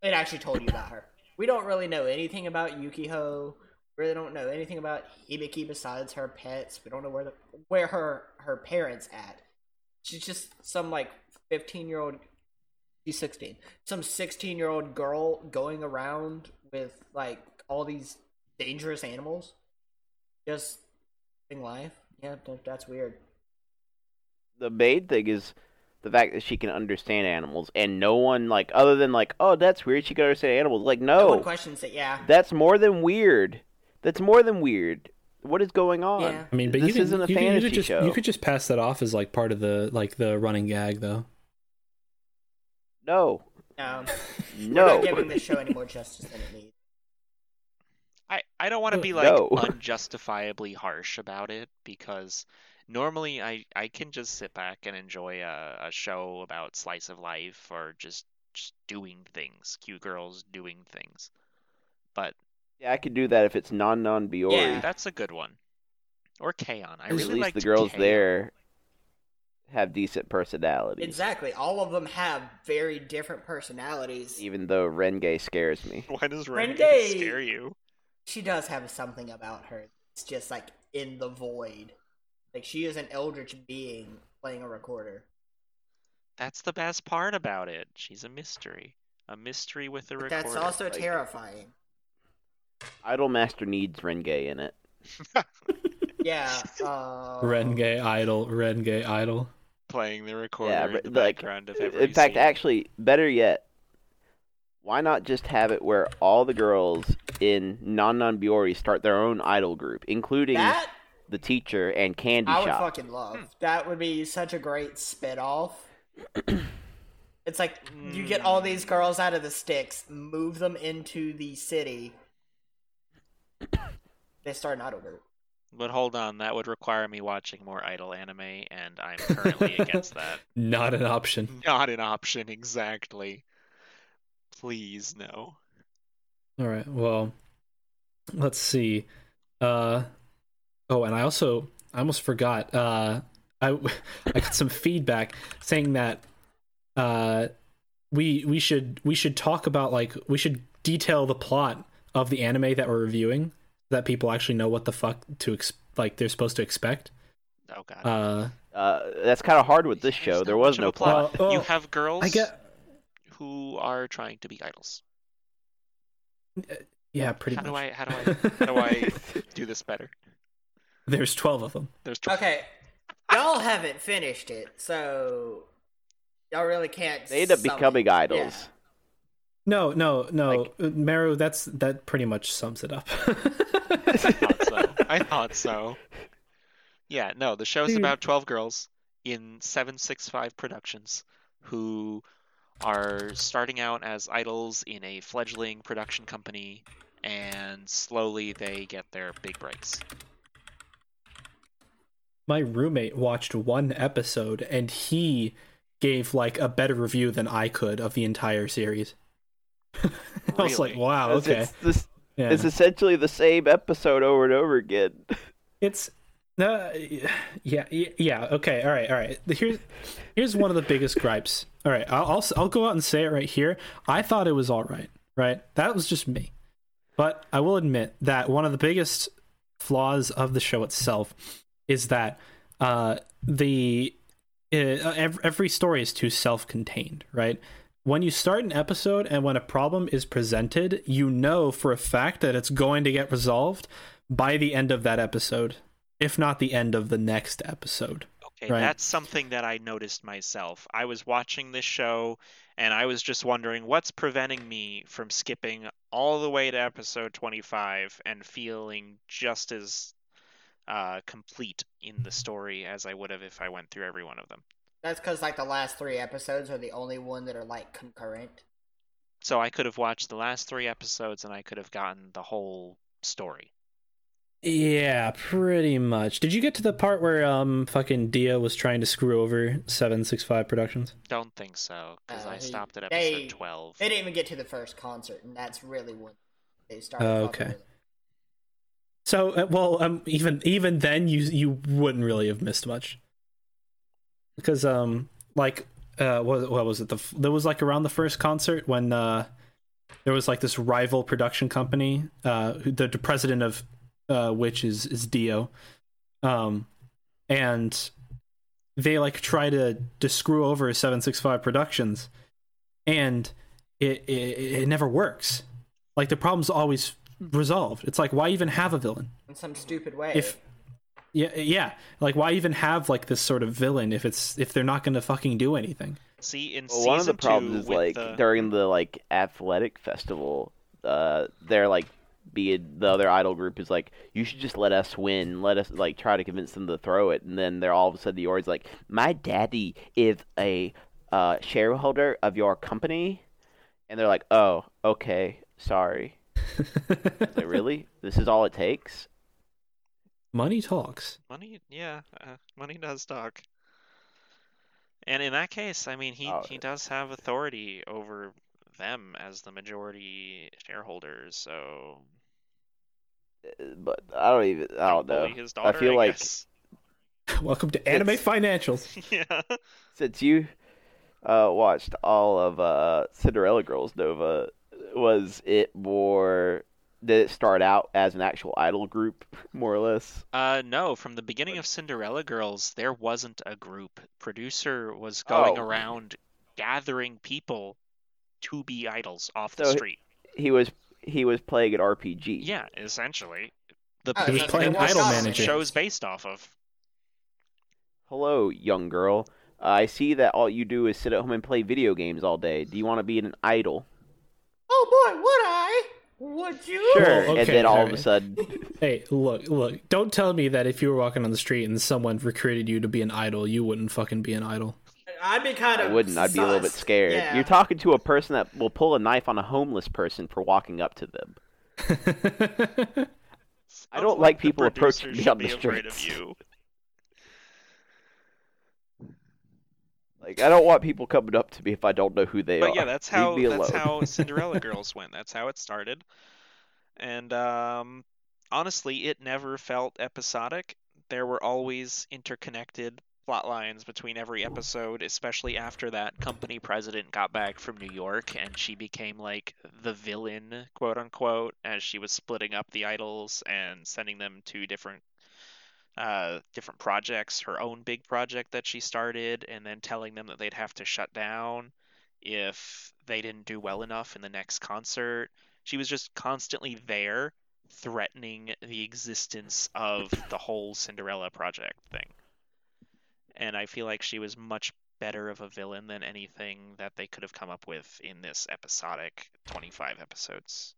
[SPEAKER 2] It actually told you about her. We don't really know anything about Yukiho. We really don't know anything about Hibiki besides her pets. We don't know where the, where her her parents at. She's just some like fifteen year old. She's sixteen. Some sixteen year old girl going around with like all these dangerous animals, just in life. Yeah, that, that's weird.
[SPEAKER 4] The main thing is the fact that she can understand animals, and no one like other than like, oh, that's weird. She can understand animals. Like,
[SPEAKER 2] No one
[SPEAKER 4] no,
[SPEAKER 2] questions it. Yeah,
[SPEAKER 4] that's more than weird. That's more than weird. What is going on?
[SPEAKER 2] Yeah.
[SPEAKER 1] I mean, but
[SPEAKER 4] this
[SPEAKER 1] you could,
[SPEAKER 4] isn't a
[SPEAKER 1] you could- you
[SPEAKER 4] fantasy
[SPEAKER 1] could just,
[SPEAKER 4] show.
[SPEAKER 1] You could just pass that off as like part of the like the running gag though.
[SPEAKER 4] No,
[SPEAKER 2] no, um, we're
[SPEAKER 4] no.
[SPEAKER 2] not giving this show any more justice than it needs.
[SPEAKER 3] I I don't want to
[SPEAKER 1] Uh,
[SPEAKER 3] be like
[SPEAKER 4] no.
[SPEAKER 3] unjustifiably harsh about it because normally I I can just sit back and enjoy a, a show about slice of life or just just doing things, cute girls doing things. But
[SPEAKER 4] yeah, I could do that if it's non non Biori.
[SPEAKER 2] Yeah.
[SPEAKER 3] that's a good one. Or Kaon. I
[SPEAKER 1] At
[SPEAKER 4] At
[SPEAKER 3] really
[SPEAKER 4] least
[SPEAKER 3] liked
[SPEAKER 4] the girls
[SPEAKER 3] Kaon.
[SPEAKER 4] there have decent personalities.
[SPEAKER 2] Exactly. All of them have very different personalities.
[SPEAKER 4] Even though Renge scares me.
[SPEAKER 3] Why does
[SPEAKER 2] Renge-
[SPEAKER 3] Renge scare you?
[SPEAKER 2] she does have something about her. It's just like in the void. Like she is an eldritch being playing a recorder.
[SPEAKER 3] That's the best part about it. She's a mystery. A mystery with a
[SPEAKER 2] But
[SPEAKER 3] recorder.
[SPEAKER 2] that's also
[SPEAKER 4] like-
[SPEAKER 2] terrifying.
[SPEAKER 4] Idolmaster needs Renge in it.
[SPEAKER 2] Yeah. Uh,
[SPEAKER 4] Oh.
[SPEAKER 1] Renge idol, Renge idol.
[SPEAKER 3] playing the recorder
[SPEAKER 4] yeah,
[SPEAKER 3] in
[SPEAKER 4] but,
[SPEAKER 3] the
[SPEAKER 4] like, uh,
[SPEAKER 3] background of every
[SPEAKER 4] In fact,
[SPEAKER 3] scene.
[SPEAKER 4] actually, better yet, why not just have it where all the girls in Non Non Biori start their own idol group, including
[SPEAKER 2] That
[SPEAKER 4] the teacher and Candy
[SPEAKER 2] I would
[SPEAKER 4] Shop?
[SPEAKER 2] fucking love.
[SPEAKER 1] Hmm.
[SPEAKER 2] That would be such a great spit off. it's like you get all these girls out of the sticks, move them into the city. They start an idol group.
[SPEAKER 3] But hold on, that would require me watching more idol anime, and I'm currently against that.
[SPEAKER 1] Not an option.
[SPEAKER 3] Not an option, exactly. Please, no.
[SPEAKER 1] All right. Well, let's see. Uh, oh, and I also I almost forgot. Uh, I I got some feedback saying that uh, we we should we should talk about like we should detail the plot of the anime that we're reviewing so that people actually know what the fuck to ex- like they're supposed to expect.
[SPEAKER 3] Oh god.
[SPEAKER 1] Uh,
[SPEAKER 4] Uh, that's kind of hard with this
[SPEAKER 3] There's
[SPEAKER 4] show.
[SPEAKER 3] not
[SPEAKER 4] There
[SPEAKER 3] much
[SPEAKER 4] was
[SPEAKER 3] of
[SPEAKER 4] no
[SPEAKER 3] a plot.
[SPEAKER 4] plot.
[SPEAKER 1] Oh, oh,
[SPEAKER 3] you have girls
[SPEAKER 1] I get
[SPEAKER 3] who are trying to be idols.
[SPEAKER 1] yeah, pretty
[SPEAKER 3] how
[SPEAKER 1] much.
[SPEAKER 3] do I how do I how do I do this better?
[SPEAKER 1] There's twelve of them.
[SPEAKER 3] There's tw-
[SPEAKER 2] Okay, y'all haven't finished it, so y'all really can't.
[SPEAKER 4] They end up
[SPEAKER 2] sum it.
[SPEAKER 4] becoming idols.
[SPEAKER 2] Yeah.
[SPEAKER 1] No, no, no,
[SPEAKER 4] Like-
[SPEAKER 1] Uh, Maru. That's that pretty much sums it up.
[SPEAKER 3] I thought so. I thought so. Yeah, no, the show's
[SPEAKER 1] Dude.
[SPEAKER 3] about 12 girls in 765 Productions who are starting out as idols in a fledgling production company and slowly they get their big breaks.
[SPEAKER 1] My roommate watched one episode and he gave like a better review than I could of the entire series. I was like,
[SPEAKER 3] Really?
[SPEAKER 1] wow,
[SPEAKER 4] It's-
[SPEAKER 1] Oh, okay.
[SPEAKER 4] It's, this,
[SPEAKER 1] yeah.
[SPEAKER 4] it's essentially the same episode over and over again.
[SPEAKER 1] It's no, yeah, y- yeah. Okay, all right, all right. Here's here's one of the biggest gripes. All right, I'll I'll, s- I'll go out and say it right here. I thought it was all right, right? That was just me, but I will admit that one of the biggest flaws of the show itself is that uh, the uh, ev- every story is too self-contained, right? When you start an episode and when a problem is presented, you know for a fact that it's going to get resolved by the end of that episode, if not the end of the next episode.
[SPEAKER 3] Okay,
[SPEAKER 1] Right.
[SPEAKER 3] that's something that I noticed myself. I was watching this show and I was just wondering what's preventing me from skipping all the way to episode 25 and feeling just as uh, complete in the story as I would have if I went through every one of them.
[SPEAKER 2] That's because like the last three episodes are the only one that are like concurrent.
[SPEAKER 3] So I could have watched the last three episodes and I could have gotten the whole story.
[SPEAKER 1] Yeah, pretty much. Did you get to the part where um fucking Dia was trying to screw over 765 Productions?
[SPEAKER 3] Don't think so, because
[SPEAKER 2] Uh,
[SPEAKER 3] I
[SPEAKER 2] he-
[SPEAKER 3] stopped at
[SPEAKER 2] they-
[SPEAKER 3] episode 12.
[SPEAKER 2] They didn't even get to the first concert, and that's really when they started.
[SPEAKER 1] Oh,
[SPEAKER 2] fucking
[SPEAKER 1] okay.
[SPEAKER 2] with it.
[SPEAKER 1] So, uh, well, um even even then you you wouldn't really have missed much. Because um like uh what, what was it? The f- there was like around the first concert when uh there was like this rival production company uh who, the, the president of uh which is is Dio. Um and they like try to to screw over 765 Productions and it it, it never works. Like the problem's always resolved. It's like why even have a villain?
[SPEAKER 2] In some stupid way.
[SPEAKER 1] if yeah yeah like why even have like this sort of villain if it's if they're not gonna fucking do anything
[SPEAKER 3] See, in
[SPEAKER 4] Well,
[SPEAKER 3] season
[SPEAKER 4] one of the problems
[SPEAKER 3] two,
[SPEAKER 4] is
[SPEAKER 3] with
[SPEAKER 4] like
[SPEAKER 3] the...
[SPEAKER 4] during the like athletic festival, uh, they're like being the other idol group is like, you should just let us win, let us like try to convince them to throw it, and then they're all of a sudden the Ori's like, my daddy is a uh, shareholder of your company, and they're like, oh, okay, sorry. It's like, really? This is all it takes?
[SPEAKER 1] money talks
[SPEAKER 3] Money, yeah, uh, money does talk. And in that case, I mean, he
[SPEAKER 4] Oh.
[SPEAKER 3] he does have authority over them as the majority shareholder, so
[SPEAKER 4] Uh, But I don't even. I don't know.
[SPEAKER 3] bully his daughter,
[SPEAKER 4] Oh, I feel like
[SPEAKER 3] guess.
[SPEAKER 1] welcome to anime
[SPEAKER 4] It's-
[SPEAKER 1] financials
[SPEAKER 3] yeah.
[SPEAKER 4] since you uh, watched all of uh, Cinderella Girls Nova, was it more? Did it start out as an actual idol group, more or less?
[SPEAKER 3] Uh, no, from the beginning of Cinderella Girls, there wasn't a group. Producer was going
[SPEAKER 4] Oh.
[SPEAKER 3] around gathering people to be idols off the
[SPEAKER 4] So he-
[SPEAKER 3] street.
[SPEAKER 4] He was he was playing an RPG.
[SPEAKER 3] Yeah, essentially. The
[SPEAKER 2] Oh,
[SPEAKER 1] he was
[SPEAKER 3] thing
[SPEAKER 1] playing
[SPEAKER 3] that
[SPEAKER 1] Idol
[SPEAKER 3] this
[SPEAKER 1] Manager.
[SPEAKER 3] show's based off of.
[SPEAKER 4] Hello, young girl. Uh, I see that all you do is sit at home and play video games all day. Do you want to be an idol?
[SPEAKER 2] oh boy, would I? Would you?
[SPEAKER 4] Sure.
[SPEAKER 1] Well,
[SPEAKER 4] and
[SPEAKER 1] okay,
[SPEAKER 4] then all of a
[SPEAKER 1] alright.
[SPEAKER 4] sudden,
[SPEAKER 1] hey look look don't tell me that if you were walking on the street and someone recruited you to be an idol you wouldn't fucking be an idol
[SPEAKER 2] I'd be kind
[SPEAKER 4] I
[SPEAKER 2] of.
[SPEAKER 4] wouldn't. I'd be a little bit
[SPEAKER 2] sus.
[SPEAKER 4] scared.
[SPEAKER 2] Yeah.
[SPEAKER 4] You're talking to a person that will pull a knife on a homeless person for walking up to them. I don't
[SPEAKER 3] Sounds
[SPEAKER 4] like
[SPEAKER 3] the
[SPEAKER 4] people approaching
[SPEAKER 3] producers
[SPEAKER 4] me
[SPEAKER 3] should
[SPEAKER 4] on the
[SPEAKER 3] be afraid of
[SPEAKER 4] streets.
[SPEAKER 3] you.
[SPEAKER 4] Like I don't want people coming up to me if I don't know who they are.
[SPEAKER 3] But yeah, that's how
[SPEAKER 4] Leave me
[SPEAKER 3] that's
[SPEAKER 4] alone.
[SPEAKER 3] how Cinderella Girls went. That's how it started. And um, honestly, it never felt episodic. There were always interconnected plot lines between every episode, especially after that company president got back from New York and she became like the villain, quote unquote, as she was splitting up the idols and sending them to different uh, different projects, her own big project that she started, and then telling them that they'd have to shut down if they didn't do well enough in the next concert. She was just constantly there threatening the existence of the whole Cinderella project thing. And I feel like she was much better of a villain than anything that they could have come up with in this episodic 25 episodes.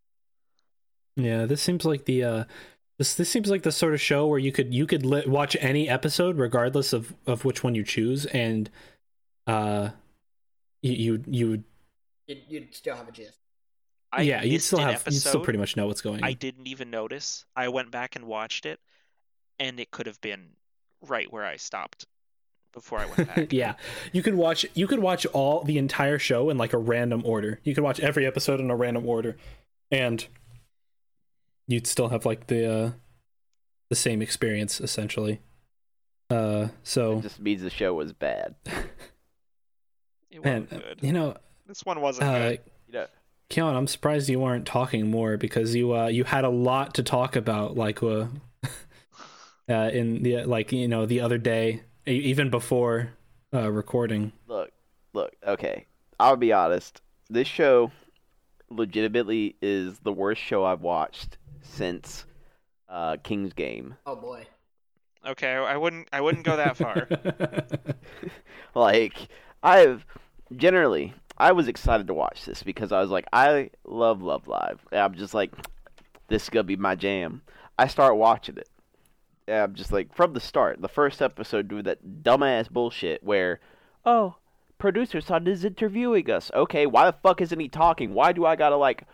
[SPEAKER 1] Yeah, this seems like the uh this this seems like the sort of show where you could you could li- watch any episode regardless of of which one you choose and uh you you, you would
[SPEAKER 2] You'd, you'd still have a gist.
[SPEAKER 3] I
[SPEAKER 1] yeah, you'd
[SPEAKER 3] missed
[SPEAKER 1] still
[SPEAKER 3] an
[SPEAKER 1] have you'd still
[SPEAKER 3] episode.
[SPEAKER 1] pretty much know what's going on.
[SPEAKER 3] I didn't even notice. I went back and watched it, and it could have been right where I stopped before I went back.
[SPEAKER 1] yeah. You could watch you could watch all the entire show in like a random order. You could watch every episode in a random order and you'd still have like the uh the same experience essentially. Uh so
[SPEAKER 4] It just means the show was bad.
[SPEAKER 3] It
[SPEAKER 1] man,
[SPEAKER 3] wasn't good.
[SPEAKER 1] you know,
[SPEAKER 3] This one wasn't
[SPEAKER 1] uh
[SPEAKER 3] good.
[SPEAKER 4] You know,
[SPEAKER 1] Keon, I'm surprised you weren't talking more because you uh, you had a lot to talk about, like uh, uh, in the like you know the other day, e- even before uh, recording.
[SPEAKER 4] look, look. Okay, I'll be honest. This show, legitimately, is the worst show I've watched since uh, King's Game.
[SPEAKER 2] Oh boy.
[SPEAKER 3] Okay, I wouldn't. I wouldn't go that far.
[SPEAKER 4] Like I've generally, I was excited to watch this because I was like, I love Love Live. And I'm just like, this is gonna be my jam. I start watching it. And I'm just like, from the start, the first episode, do that dumbass bullshit where, oh, producer son is interviewing us. Okay, why the fuck isn't he talking? Why do I gotta like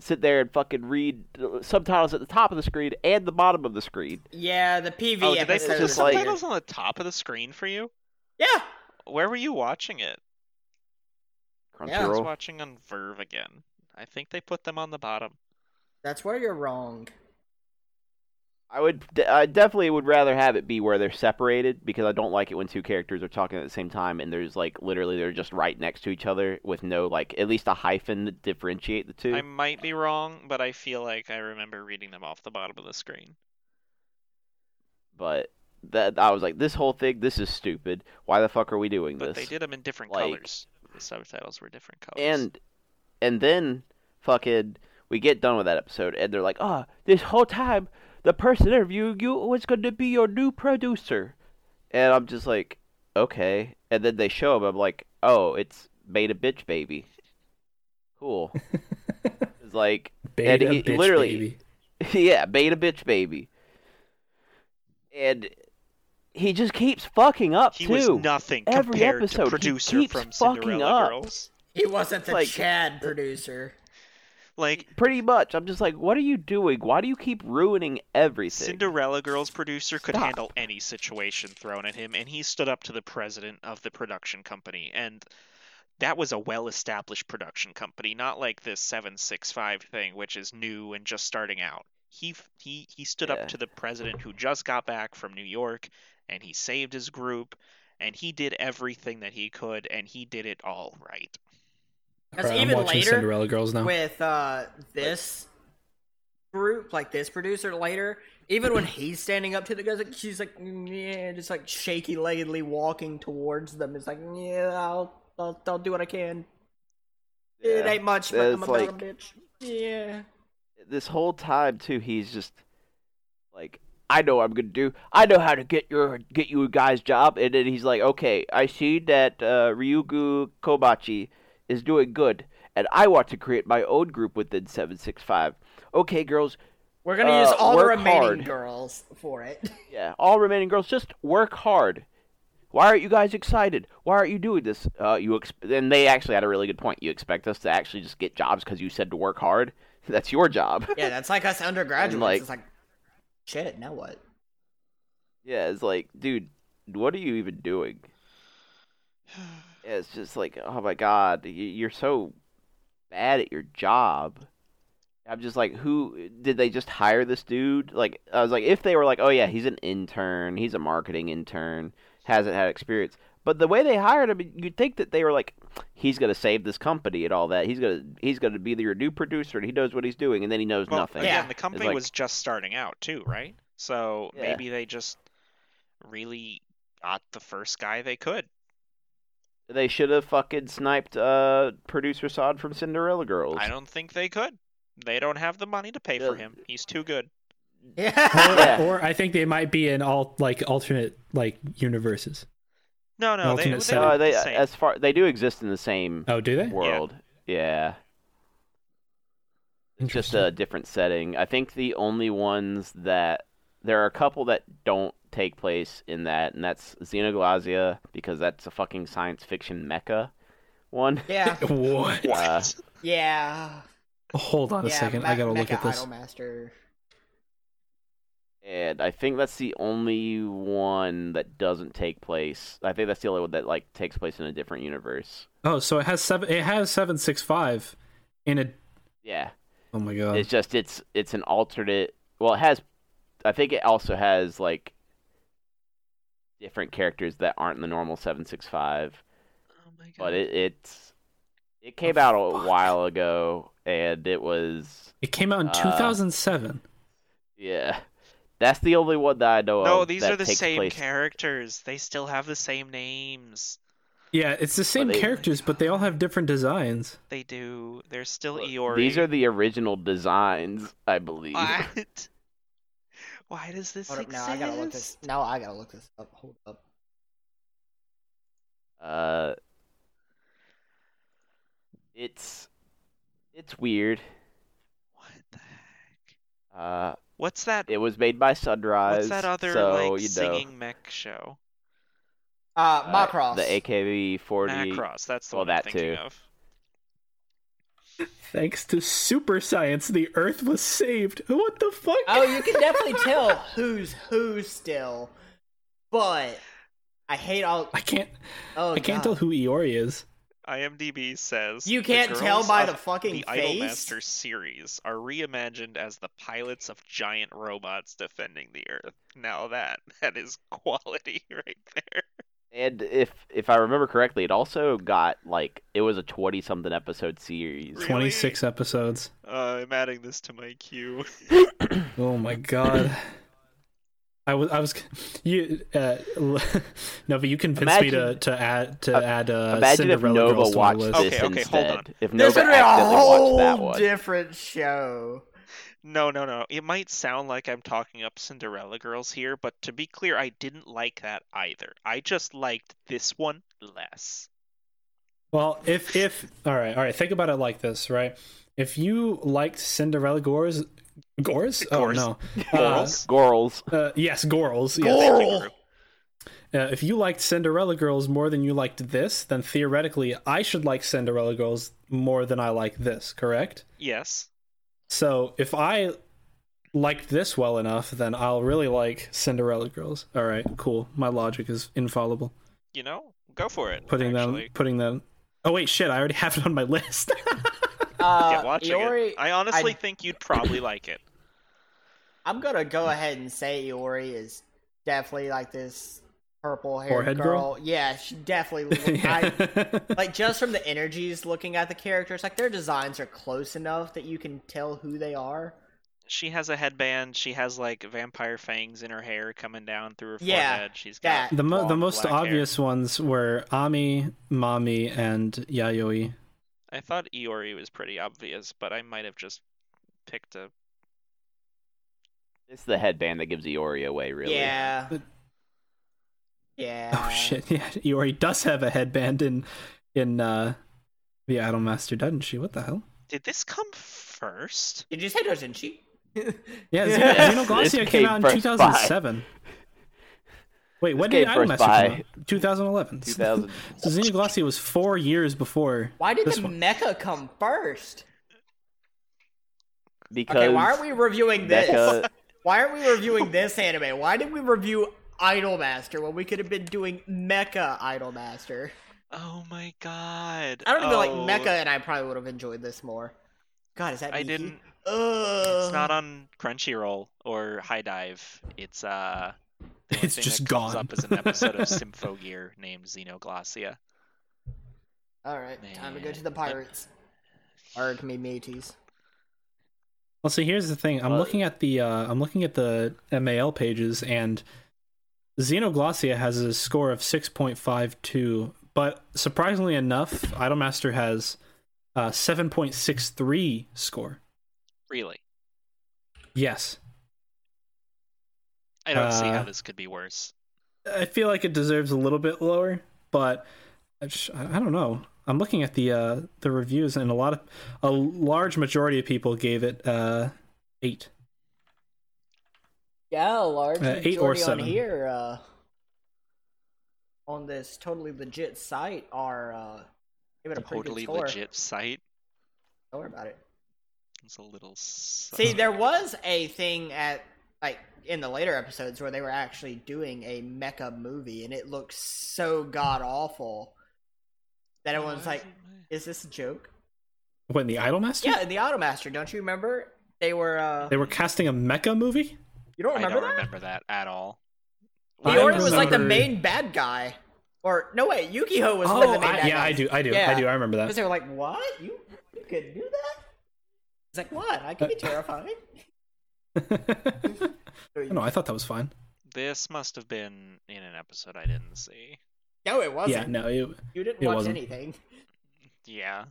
[SPEAKER 4] sit there and fucking read uh, subtitles at the top of the screen and the bottom of the screen?
[SPEAKER 2] Yeah, the PV
[SPEAKER 3] oh, did they
[SPEAKER 2] episode.
[SPEAKER 3] put the
[SPEAKER 2] was
[SPEAKER 4] just like-
[SPEAKER 2] weird.
[SPEAKER 3] subtitles on the top of the screen for you?
[SPEAKER 2] Yeah.
[SPEAKER 3] Where were you watching it? I was
[SPEAKER 4] Crunchyroll.
[SPEAKER 3] watching on Verve again. I think they put them on the bottom.
[SPEAKER 2] That's where you're wrong.
[SPEAKER 4] I would, I definitely would rather have it be where they're separated because I don't like it when two characters are talking at the same time and there's like literally they're just right next to each other with no like at least a hyphen to differentiate the two.
[SPEAKER 3] I might be wrong, but I feel like I remember reading them off the bottom of the screen.
[SPEAKER 4] But that I was like, this whole thing, this is stupid. Why the fuck are we doing
[SPEAKER 3] But
[SPEAKER 4] this?
[SPEAKER 3] they did them in different
[SPEAKER 4] like-
[SPEAKER 3] colors. The subtitles were different colors.
[SPEAKER 4] and and then fucking we get done with that episode and they're like oh this whole time the person interviewing you was going to be your new producer and i'm just like okay and then they show him i'm like oh it's made a bitch baby cool it's like
[SPEAKER 1] Beta
[SPEAKER 4] he
[SPEAKER 1] bitch
[SPEAKER 4] literally-
[SPEAKER 1] baby.
[SPEAKER 4] yeah, beta bitch baby. And he just keeps fucking up
[SPEAKER 3] he
[SPEAKER 4] too.
[SPEAKER 3] was nothing
[SPEAKER 4] Every
[SPEAKER 3] compared
[SPEAKER 4] episode,
[SPEAKER 3] to
[SPEAKER 4] he
[SPEAKER 3] producer
[SPEAKER 4] keeps
[SPEAKER 3] from
[SPEAKER 4] fucking
[SPEAKER 3] Cinderella
[SPEAKER 4] up.
[SPEAKER 3] Girls.
[SPEAKER 2] He wasn't the
[SPEAKER 4] Like- uh,
[SPEAKER 2] Chad producer.
[SPEAKER 3] Like
[SPEAKER 4] Pretty much. I'm just like, what are you doing? Why do you keep ruining everything?
[SPEAKER 3] Cinderella Girls producer could
[SPEAKER 4] Stop.
[SPEAKER 3] handle any situation thrown at him, and he stood up to the president of the production company. And that was a well established production company, not like this 765 thing, which is new and just starting out. He, f- he, he stood
[SPEAKER 4] Yeah.
[SPEAKER 3] up to the president who just got back from New York, and he saved his group, and he did everything that he could, and he did it all right.
[SPEAKER 2] That's
[SPEAKER 1] Alright,
[SPEAKER 2] even
[SPEAKER 1] I'm watching
[SPEAKER 2] later
[SPEAKER 1] Cinderella Girls now.
[SPEAKER 2] With uh, this group, like this producer later, even when he's standing up to the guys, like, she's like, "Mm, yeah, just like shaky leggedly walking towards them. It's like, yeah, I'll, I'll, I'll do what I can. It
[SPEAKER 4] Yeah.
[SPEAKER 2] ain't much, but I'm
[SPEAKER 4] It's
[SPEAKER 2] a
[SPEAKER 4] like-
[SPEAKER 2] like... bitch. Yeah.
[SPEAKER 4] This whole time too, he's just like, I know what I'm gonna do. I know how to get your get you guys job. And then he's like, okay, I see that uh, Ryugu Kobachi is doing good, and I want to create my own group within Seven Six Five. Okay, girls,
[SPEAKER 2] We're gonna
[SPEAKER 4] Uh,
[SPEAKER 2] use all the
[SPEAKER 4] work
[SPEAKER 2] remaining
[SPEAKER 4] hard.
[SPEAKER 2] girls for it.
[SPEAKER 4] Yeah, all remaining girls, just work hard. Why aren't you guys excited? Why aren't you doing this? Uh, you ex- and they actually had a really good point. You expect us to actually just get jobs because you said to work hard. That's your job.
[SPEAKER 2] yeah, that's like us undergraduates.
[SPEAKER 4] like-
[SPEAKER 2] it's like, Shit, now what?
[SPEAKER 4] Yeah, it's like, dude, what are you even doing? Yeah, it's just like, oh my god, y- you're so bad at your job. I'm just like, who did they just hire this dude? Like, I was like, if they were like, oh yeah, he's an intern, he's a marketing intern, hasn't had experience. But the way they hired him, you'd think that they were like, he's gonna save this company and all that. He's gonna he's gonna be your new producer and he knows what he's doing, and then he knows
[SPEAKER 3] Well,
[SPEAKER 4] nothing.
[SPEAKER 3] Again,
[SPEAKER 2] Yeah.
[SPEAKER 3] the company
[SPEAKER 4] like-
[SPEAKER 3] was just starting out too, right? So
[SPEAKER 4] Yeah.
[SPEAKER 3] maybe they just really got the first guy they could.
[SPEAKER 4] They should have fucking sniped uh, producer Sod from Cinderella Girls.
[SPEAKER 3] I don't think they could. They don't have the money to pay for
[SPEAKER 4] Yeah.
[SPEAKER 3] him. He's too good.
[SPEAKER 1] Or,
[SPEAKER 2] Yeah.
[SPEAKER 4] Yeah.
[SPEAKER 1] or I think they might be in all like alternate like universes.
[SPEAKER 3] No, no, they,
[SPEAKER 1] Ultimate
[SPEAKER 3] they
[SPEAKER 1] Seven.
[SPEAKER 4] No,
[SPEAKER 3] look
[SPEAKER 4] Uh, they
[SPEAKER 3] the same.
[SPEAKER 4] as far they do exist in the same
[SPEAKER 1] Oh, do they?
[SPEAKER 4] world. Yeah. It's just
[SPEAKER 1] Interesting.
[SPEAKER 4] a different setting. I think the only ones that there are a couple that don't take place in that, and that's Xenoglazia because that's a fucking science fiction mecca one.
[SPEAKER 2] yeah.
[SPEAKER 1] What?
[SPEAKER 4] uh,
[SPEAKER 2] Yeah.
[SPEAKER 1] Hold on a
[SPEAKER 2] yeah,
[SPEAKER 1] second.
[SPEAKER 2] Ma-
[SPEAKER 1] I gotta look
[SPEAKER 2] Mecha
[SPEAKER 1] at this.
[SPEAKER 2] Idolmaster.
[SPEAKER 4] And I think that's the only one that doesn't take place. I think that's the only one that like takes place in a different universe.
[SPEAKER 1] Oh, so it has seven. It has seven six five in a.
[SPEAKER 4] Yeah.
[SPEAKER 1] Oh my god.
[SPEAKER 4] It's just it's it's an alternate. Well, it has. I think it also has like different characters that aren't in the normal seven six five.
[SPEAKER 3] oh my god.
[SPEAKER 4] But it it's it came
[SPEAKER 1] Oh,
[SPEAKER 4] out a
[SPEAKER 1] fuck.
[SPEAKER 4] while ago, and it was
[SPEAKER 1] It came out in
[SPEAKER 4] uh,
[SPEAKER 1] 2007.
[SPEAKER 4] yeah. That's the only one that I know of.
[SPEAKER 3] no, these
[SPEAKER 4] that
[SPEAKER 3] are the
[SPEAKER 4] takes
[SPEAKER 3] same
[SPEAKER 4] place-
[SPEAKER 3] characters. They still have the same names.
[SPEAKER 1] Yeah, it's the same
[SPEAKER 4] they-
[SPEAKER 1] characters, but they all have different designs.
[SPEAKER 3] They do. They're still
[SPEAKER 4] Look,
[SPEAKER 3] Eeyore.
[SPEAKER 4] These are the original designs, I believe.
[SPEAKER 3] What? Why does this
[SPEAKER 2] Hold up, no,
[SPEAKER 3] exist?
[SPEAKER 2] I gotta look this. No, I gotta look this up. Hold up.
[SPEAKER 4] Uh, it's it's weird.
[SPEAKER 3] What the heck?
[SPEAKER 4] Uh,
[SPEAKER 3] What's that?
[SPEAKER 4] it was made by Sunrise.
[SPEAKER 3] What's that other
[SPEAKER 4] so,
[SPEAKER 3] like
[SPEAKER 4] you know.
[SPEAKER 3] singing mech show?
[SPEAKER 2] Uh,
[SPEAKER 4] Uh,
[SPEAKER 2] Macross.
[SPEAKER 4] The AKB 40.
[SPEAKER 3] Macross. That's the
[SPEAKER 4] well,
[SPEAKER 3] one I'm
[SPEAKER 4] that
[SPEAKER 3] thinking
[SPEAKER 4] too.
[SPEAKER 3] of.
[SPEAKER 1] Thanks to super science, the Earth was saved. What the fuck?
[SPEAKER 2] Oh, you can definitely tell who's who still. But I hate all.
[SPEAKER 1] I can't.
[SPEAKER 2] Oh,
[SPEAKER 1] I can't tell
[SPEAKER 2] God.
[SPEAKER 1] who Eeyore is.
[SPEAKER 3] IMDb says
[SPEAKER 2] You
[SPEAKER 3] the
[SPEAKER 2] can't tell
[SPEAKER 3] girls
[SPEAKER 2] by
[SPEAKER 3] of
[SPEAKER 2] the fucking
[SPEAKER 3] the
[SPEAKER 2] face.
[SPEAKER 3] Idolmaster series are reimagined as the pilots of giant robots defending the Earth. Now that that is quality right there.
[SPEAKER 4] And if if I remember correctly, it also got like it was a 20 something episode series.
[SPEAKER 3] Really?
[SPEAKER 1] 26 episodes.
[SPEAKER 3] Uh, I'm adding this to my queue.
[SPEAKER 1] Oh my god. I was, I was, you, uh, no, but you convinced me to,
[SPEAKER 4] Imagine-
[SPEAKER 1] to add, to
[SPEAKER 4] uh,
[SPEAKER 1] add, uh,
[SPEAKER 4] Imagine
[SPEAKER 1] Cinderella
[SPEAKER 4] if
[SPEAKER 1] Girls to
[SPEAKER 4] Nova
[SPEAKER 1] my
[SPEAKER 4] watched
[SPEAKER 1] list.
[SPEAKER 4] this
[SPEAKER 3] Okay, okay, hold
[SPEAKER 4] instead.
[SPEAKER 3] on.
[SPEAKER 4] If
[SPEAKER 2] There's
[SPEAKER 4] Nova
[SPEAKER 2] gonna be a
[SPEAKER 4] accidentally watched that
[SPEAKER 2] whole
[SPEAKER 4] one,
[SPEAKER 2] different show.
[SPEAKER 3] No, no, no. It might sound like I'm talking up Cinderella Girls here, but to be clear, I didn't like that either. I just liked this one less.
[SPEAKER 1] Well, if if all right, all right, think about it like this, right? If you liked Cinderella Gores, Gores, oh
[SPEAKER 3] Gores.
[SPEAKER 1] no, uh,
[SPEAKER 3] Girls?
[SPEAKER 4] Gorals.
[SPEAKER 1] uh, yes, Gorals, yes.
[SPEAKER 3] Thank you,
[SPEAKER 2] Girl.
[SPEAKER 3] group.
[SPEAKER 1] Uh, if you liked Cinderella Girls more than you liked this, then theoretically, I should like Cinderella Girls more than I like this. Correct?
[SPEAKER 3] Yes.
[SPEAKER 1] So if I liked this well enough, then I'll really like Cinderella Girls. All right, cool. My logic is infallible.
[SPEAKER 3] You know, go for it.
[SPEAKER 1] Putting
[SPEAKER 3] actually.
[SPEAKER 1] them, putting them. Oh wait, shit! I already have it on my list.
[SPEAKER 2] Uh,
[SPEAKER 3] Get watching
[SPEAKER 2] Iori,
[SPEAKER 3] it. I honestly think you'd probably like it.
[SPEAKER 2] I'm gonna go ahead and say Iori is definitely like this purple haired
[SPEAKER 1] Forehead girl?
[SPEAKER 2] girl. Yeah, she definitely. Look, I, like just from the energies looking at the characters, like their designs are close enough that you can tell who they are.
[SPEAKER 3] She has a headband. She has like vampire fangs in her hair coming down through her
[SPEAKER 2] Yeah,
[SPEAKER 3] forehead. She's got
[SPEAKER 2] that.
[SPEAKER 1] The, mo- the
[SPEAKER 3] long
[SPEAKER 1] most
[SPEAKER 3] black hair.
[SPEAKER 1] obvious ones were Ami, Mami, and Yayoi.
[SPEAKER 3] I thought Iori was pretty obvious, but I might have just picked a.
[SPEAKER 4] It's the headband that gives Eori away, really.
[SPEAKER 2] Yeah.
[SPEAKER 1] But-
[SPEAKER 2] Yeah.
[SPEAKER 1] Oh shit! Yeah, Iori does have a headband in in uh, the Idolmaster, doesn't she? What the hell?
[SPEAKER 3] Did this come first?
[SPEAKER 2] Did you say doesn't she?
[SPEAKER 1] Yeah,
[SPEAKER 4] Yes,
[SPEAKER 1] Xeno
[SPEAKER 4] this
[SPEAKER 1] Xenoglosia
[SPEAKER 4] came
[SPEAKER 1] came out in
[SPEAKER 4] first
[SPEAKER 1] 2007. Wait, when
[SPEAKER 4] came
[SPEAKER 1] did
[SPEAKER 4] first
[SPEAKER 1] Idolmaster come
[SPEAKER 4] by-
[SPEAKER 1] out? 2011.
[SPEAKER 4] 2000.
[SPEAKER 1] So Xenoglossia was four years before.
[SPEAKER 2] Why did
[SPEAKER 1] This
[SPEAKER 2] the
[SPEAKER 1] one.
[SPEAKER 2] mecha come first?
[SPEAKER 4] Because
[SPEAKER 2] Okay, why are we reviewing this?
[SPEAKER 4] Becca,
[SPEAKER 2] Why aren't we reviewing this anime? Why did we review Idolmaster when we could have been doing Mecha Idolmaster?
[SPEAKER 3] Oh my god.
[SPEAKER 2] I don't even like
[SPEAKER 3] Oh,
[SPEAKER 2] Mecha, and I probably would have enjoyed this more. God, is that?
[SPEAKER 3] I
[SPEAKER 2] Miki?
[SPEAKER 3] didn't.
[SPEAKER 2] Ugh.
[SPEAKER 3] It's not on Crunchyroll or High Dive. It's uh. the only
[SPEAKER 1] It's
[SPEAKER 3] thing
[SPEAKER 1] just
[SPEAKER 3] that comes
[SPEAKER 1] gone.
[SPEAKER 3] up as an episode of Symphogear named Xenoglossia.
[SPEAKER 2] All right, time to go to the
[SPEAKER 3] Man.
[SPEAKER 2] pirates. Or it can be Métis.
[SPEAKER 1] Well, see, here's the thing. I'm
[SPEAKER 4] Well-
[SPEAKER 1] looking at the uh, I'm looking at the MAL pages, and Xenoglossia has a score of six point five two, but surprisingly enough, Idolmaster has uh, seven point six three score.
[SPEAKER 3] Really,
[SPEAKER 1] Yes,
[SPEAKER 3] I don't see how
[SPEAKER 1] Uh,
[SPEAKER 3] this could be worse.
[SPEAKER 1] I feel like it deserves a little bit lower, but I, just, I I don't know. I'm looking at the uh, the reviews, and a lot of a large majority of people gave it uh, eight.
[SPEAKER 2] Yeah, a large
[SPEAKER 1] Uh, eight
[SPEAKER 2] majority
[SPEAKER 1] or
[SPEAKER 2] on
[SPEAKER 1] seven.
[SPEAKER 2] here uh, on this totally legit site are uh, give it a pretty
[SPEAKER 3] Totally
[SPEAKER 2] good score.
[SPEAKER 3] legit site.
[SPEAKER 2] Don't worry about it.
[SPEAKER 3] It's a little.
[SPEAKER 2] See, there was a thing at like in the later episodes where they were actually doing a mecha movie, and it looked so god awful that everyone's like, "Is this a joke?"
[SPEAKER 1] When the Idolmaster?
[SPEAKER 2] Yeah, the Automaster. Don't you remember? They were. Uh,
[SPEAKER 1] They were casting a mecha movie.
[SPEAKER 2] you don't
[SPEAKER 3] I
[SPEAKER 2] remember
[SPEAKER 3] don't
[SPEAKER 2] that?
[SPEAKER 3] remember that at all.
[SPEAKER 1] I
[SPEAKER 2] Leora was like the
[SPEAKER 1] remember-
[SPEAKER 2] main bad guy, or no way, Yukiho was one of the
[SPEAKER 1] Oh,
[SPEAKER 2] main
[SPEAKER 1] I-
[SPEAKER 2] bad
[SPEAKER 1] yeah, I
[SPEAKER 2] guys.
[SPEAKER 1] do, I do,
[SPEAKER 2] Yeah.
[SPEAKER 1] I do. I remember that.
[SPEAKER 2] Because they were like, "What? You you could do that?" It's like, "What? I could
[SPEAKER 1] Uh,
[SPEAKER 2] be terrifying."
[SPEAKER 1] no, I thought that was fine.
[SPEAKER 3] This must have been in an episode I didn't see.
[SPEAKER 2] No, it wasn't.
[SPEAKER 1] Yeah, no, it,
[SPEAKER 2] you didn't
[SPEAKER 1] it
[SPEAKER 2] watch
[SPEAKER 1] wasn't.
[SPEAKER 2] anything.
[SPEAKER 3] Yeah.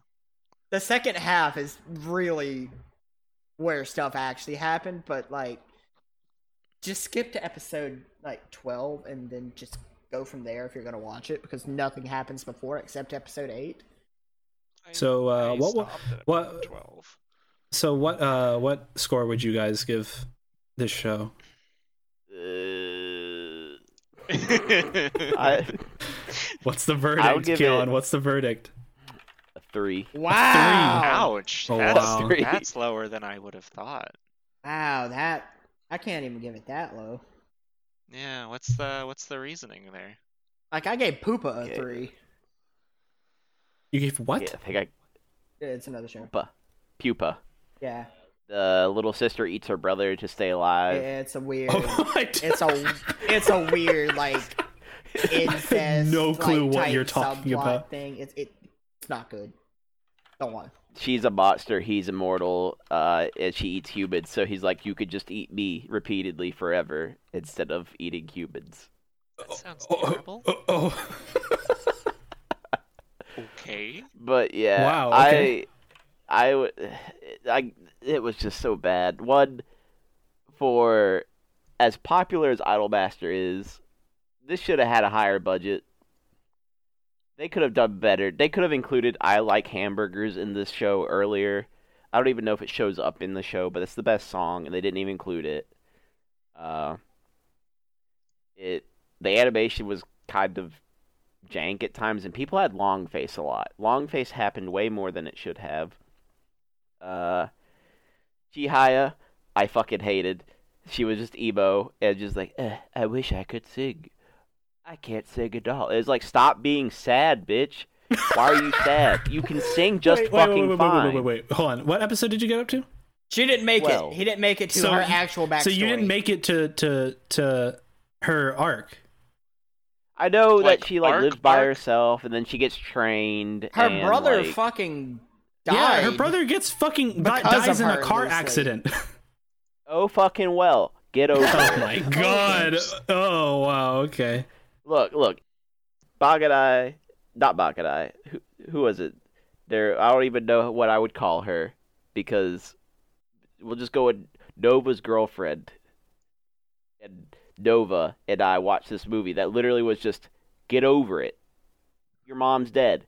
[SPEAKER 2] the second half is really where stuff actually happened, but like just skip to episode like 12 and then just go from there if you're going to watch it because nothing happens before except episode 8.
[SPEAKER 3] I-
[SPEAKER 1] So, uh,
[SPEAKER 3] I
[SPEAKER 1] what wa-
[SPEAKER 3] stopped at
[SPEAKER 1] what-
[SPEAKER 3] episode 12.
[SPEAKER 1] so what? Uh, what score would you guys give this show?
[SPEAKER 4] Uh,
[SPEAKER 3] I,
[SPEAKER 4] I
[SPEAKER 1] What's the verdict,
[SPEAKER 4] give
[SPEAKER 1] Keelan?
[SPEAKER 4] it-
[SPEAKER 1] What's the verdict?
[SPEAKER 4] a three.
[SPEAKER 2] Wow.
[SPEAKER 3] Ouch.
[SPEAKER 1] Oh,
[SPEAKER 3] that's,
[SPEAKER 1] wow.
[SPEAKER 3] that's lower than I would have thought.
[SPEAKER 2] Wow, that I can't even give it that low.
[SPEAKER 3] Yeah, what's the what's the reasoning there?
[SPEAKER 2] Like I gave Poopa a
[SPEAKER 4] Yeah.
[SPEAKER 2] 3.
[SPEAKER 1] You gave what?
[SPEAKER 4] Yeah, I think I
[SPEAKER 2] Yeah, It's another show.
[SPEAKER 4] pupa. Pupa.
[SPEAKER 2] Yeah.
[SPEAKER 4] The little sister eats her brother to stay alive.
[SPEAKER 2] Yeah, It's a weird
[SPEAKER 1] Oh, I d-
[SPEAKER 2] It's a it's a weird like incest.
[SPEAKER 1] no clue
[SPEAKER 2] like,
[SPEAKER 1] what
[SPEAKER 2] type
[SPEAKER 1] you're talking
[SPEAKER 2] subplot
[SPEAKER 1] about.
[SPEAKER 2] Thing it's it, it's not good. Don't want.
[SPEAKER 4] She's a monster. He's immortal. Uh, and she eats humans. So he's like, you could just eat me repeatedly forever instead of eating humans.
[SPEAKER 3] That sounds
[SPEAKER 1] Oh,
[SPEAKER 3] terrible.
[SPEAKER 1] oh, oh.
[SPEAKER 3] Okay.
[SPEAKER 4] But yeah,
[SPEAKER 1] Wow, okay.
[SPEAKER 4] I, I, w- I, it was just so bad. One, for as popular as Idolmaster is, this should have had a higher budget. They could have done better. They could have included "I like hamburgers" in this show earlier. I don't even know if it shows up in the show, but it's the best song, and they didn't even include it. Uh, it the animation was kind of jank at times, and people had long face a lot. Long face happened way more than it should have. Uh, Chihaya, I fucking hated. She was just emo and just like, eh, I wish I could sing. I can't sing at all. It was like, stop being sad, bitch. Why are you sad? You can sing just
[SPEAKER 1] wait, wait,
[SPEAKER 4] fucking
[SPEAKER 1] wait, wait,
[SPEAKER 4] fine.
[SPEAKER 1] wait, wait, wait, wait. Hold on. What episode did you get up to?
[SPEAKER 2] She didn't make
[SPEAKER 4] Well,
[SPEAKER 2] it. He didn't make it to
[SPEAKER 1] so
[SPEAKER 2] her
[SPEAKER 1] you-
[SPEAKER 2] actual backstory.
[SPEAKER 1] So you didn't make it to to to her arc.
[SPEAKER 4] I know
[SPEAKER 3] Like,
[SPEAKER 4] that she like
[SPEAKER 3] arc,
[SPEAKER 4] lives by
[SPEAKER 3] arc?
[SPEAKER 4] herself and then she gets trained.
[SPEAKER 2] her
[SPEAKER 4] and,
[SPEAKER 2] brother
[SPEAKER 4] like-
[SPEAKER 2] fucking died.
[SPEAKER 1] Yeah, her brother gets fucking di-
[SPEAKER 2] Because of
[SPEAKER 1] dies in a
[SPEAKER 2] her,
[SPEAKER 1] car
[SPEAKER 2] loosely.
[SPEAKER 1] accident.
[SPEAKER 4] Oh fucking well. Get over
[SPEAKER 1] oh
[SPEAKER 4] it.
[SPEAKER 1] my god. Oh wow. Okay.
[SPEAKER 4] Look, look. Bagadai, not Bagadai. Who, who was it? There, I don't even know what I would call her because we'll just go with Nova's girlfriend. And Nova and I watched this movie that literally was just get over it. Your mom's dead.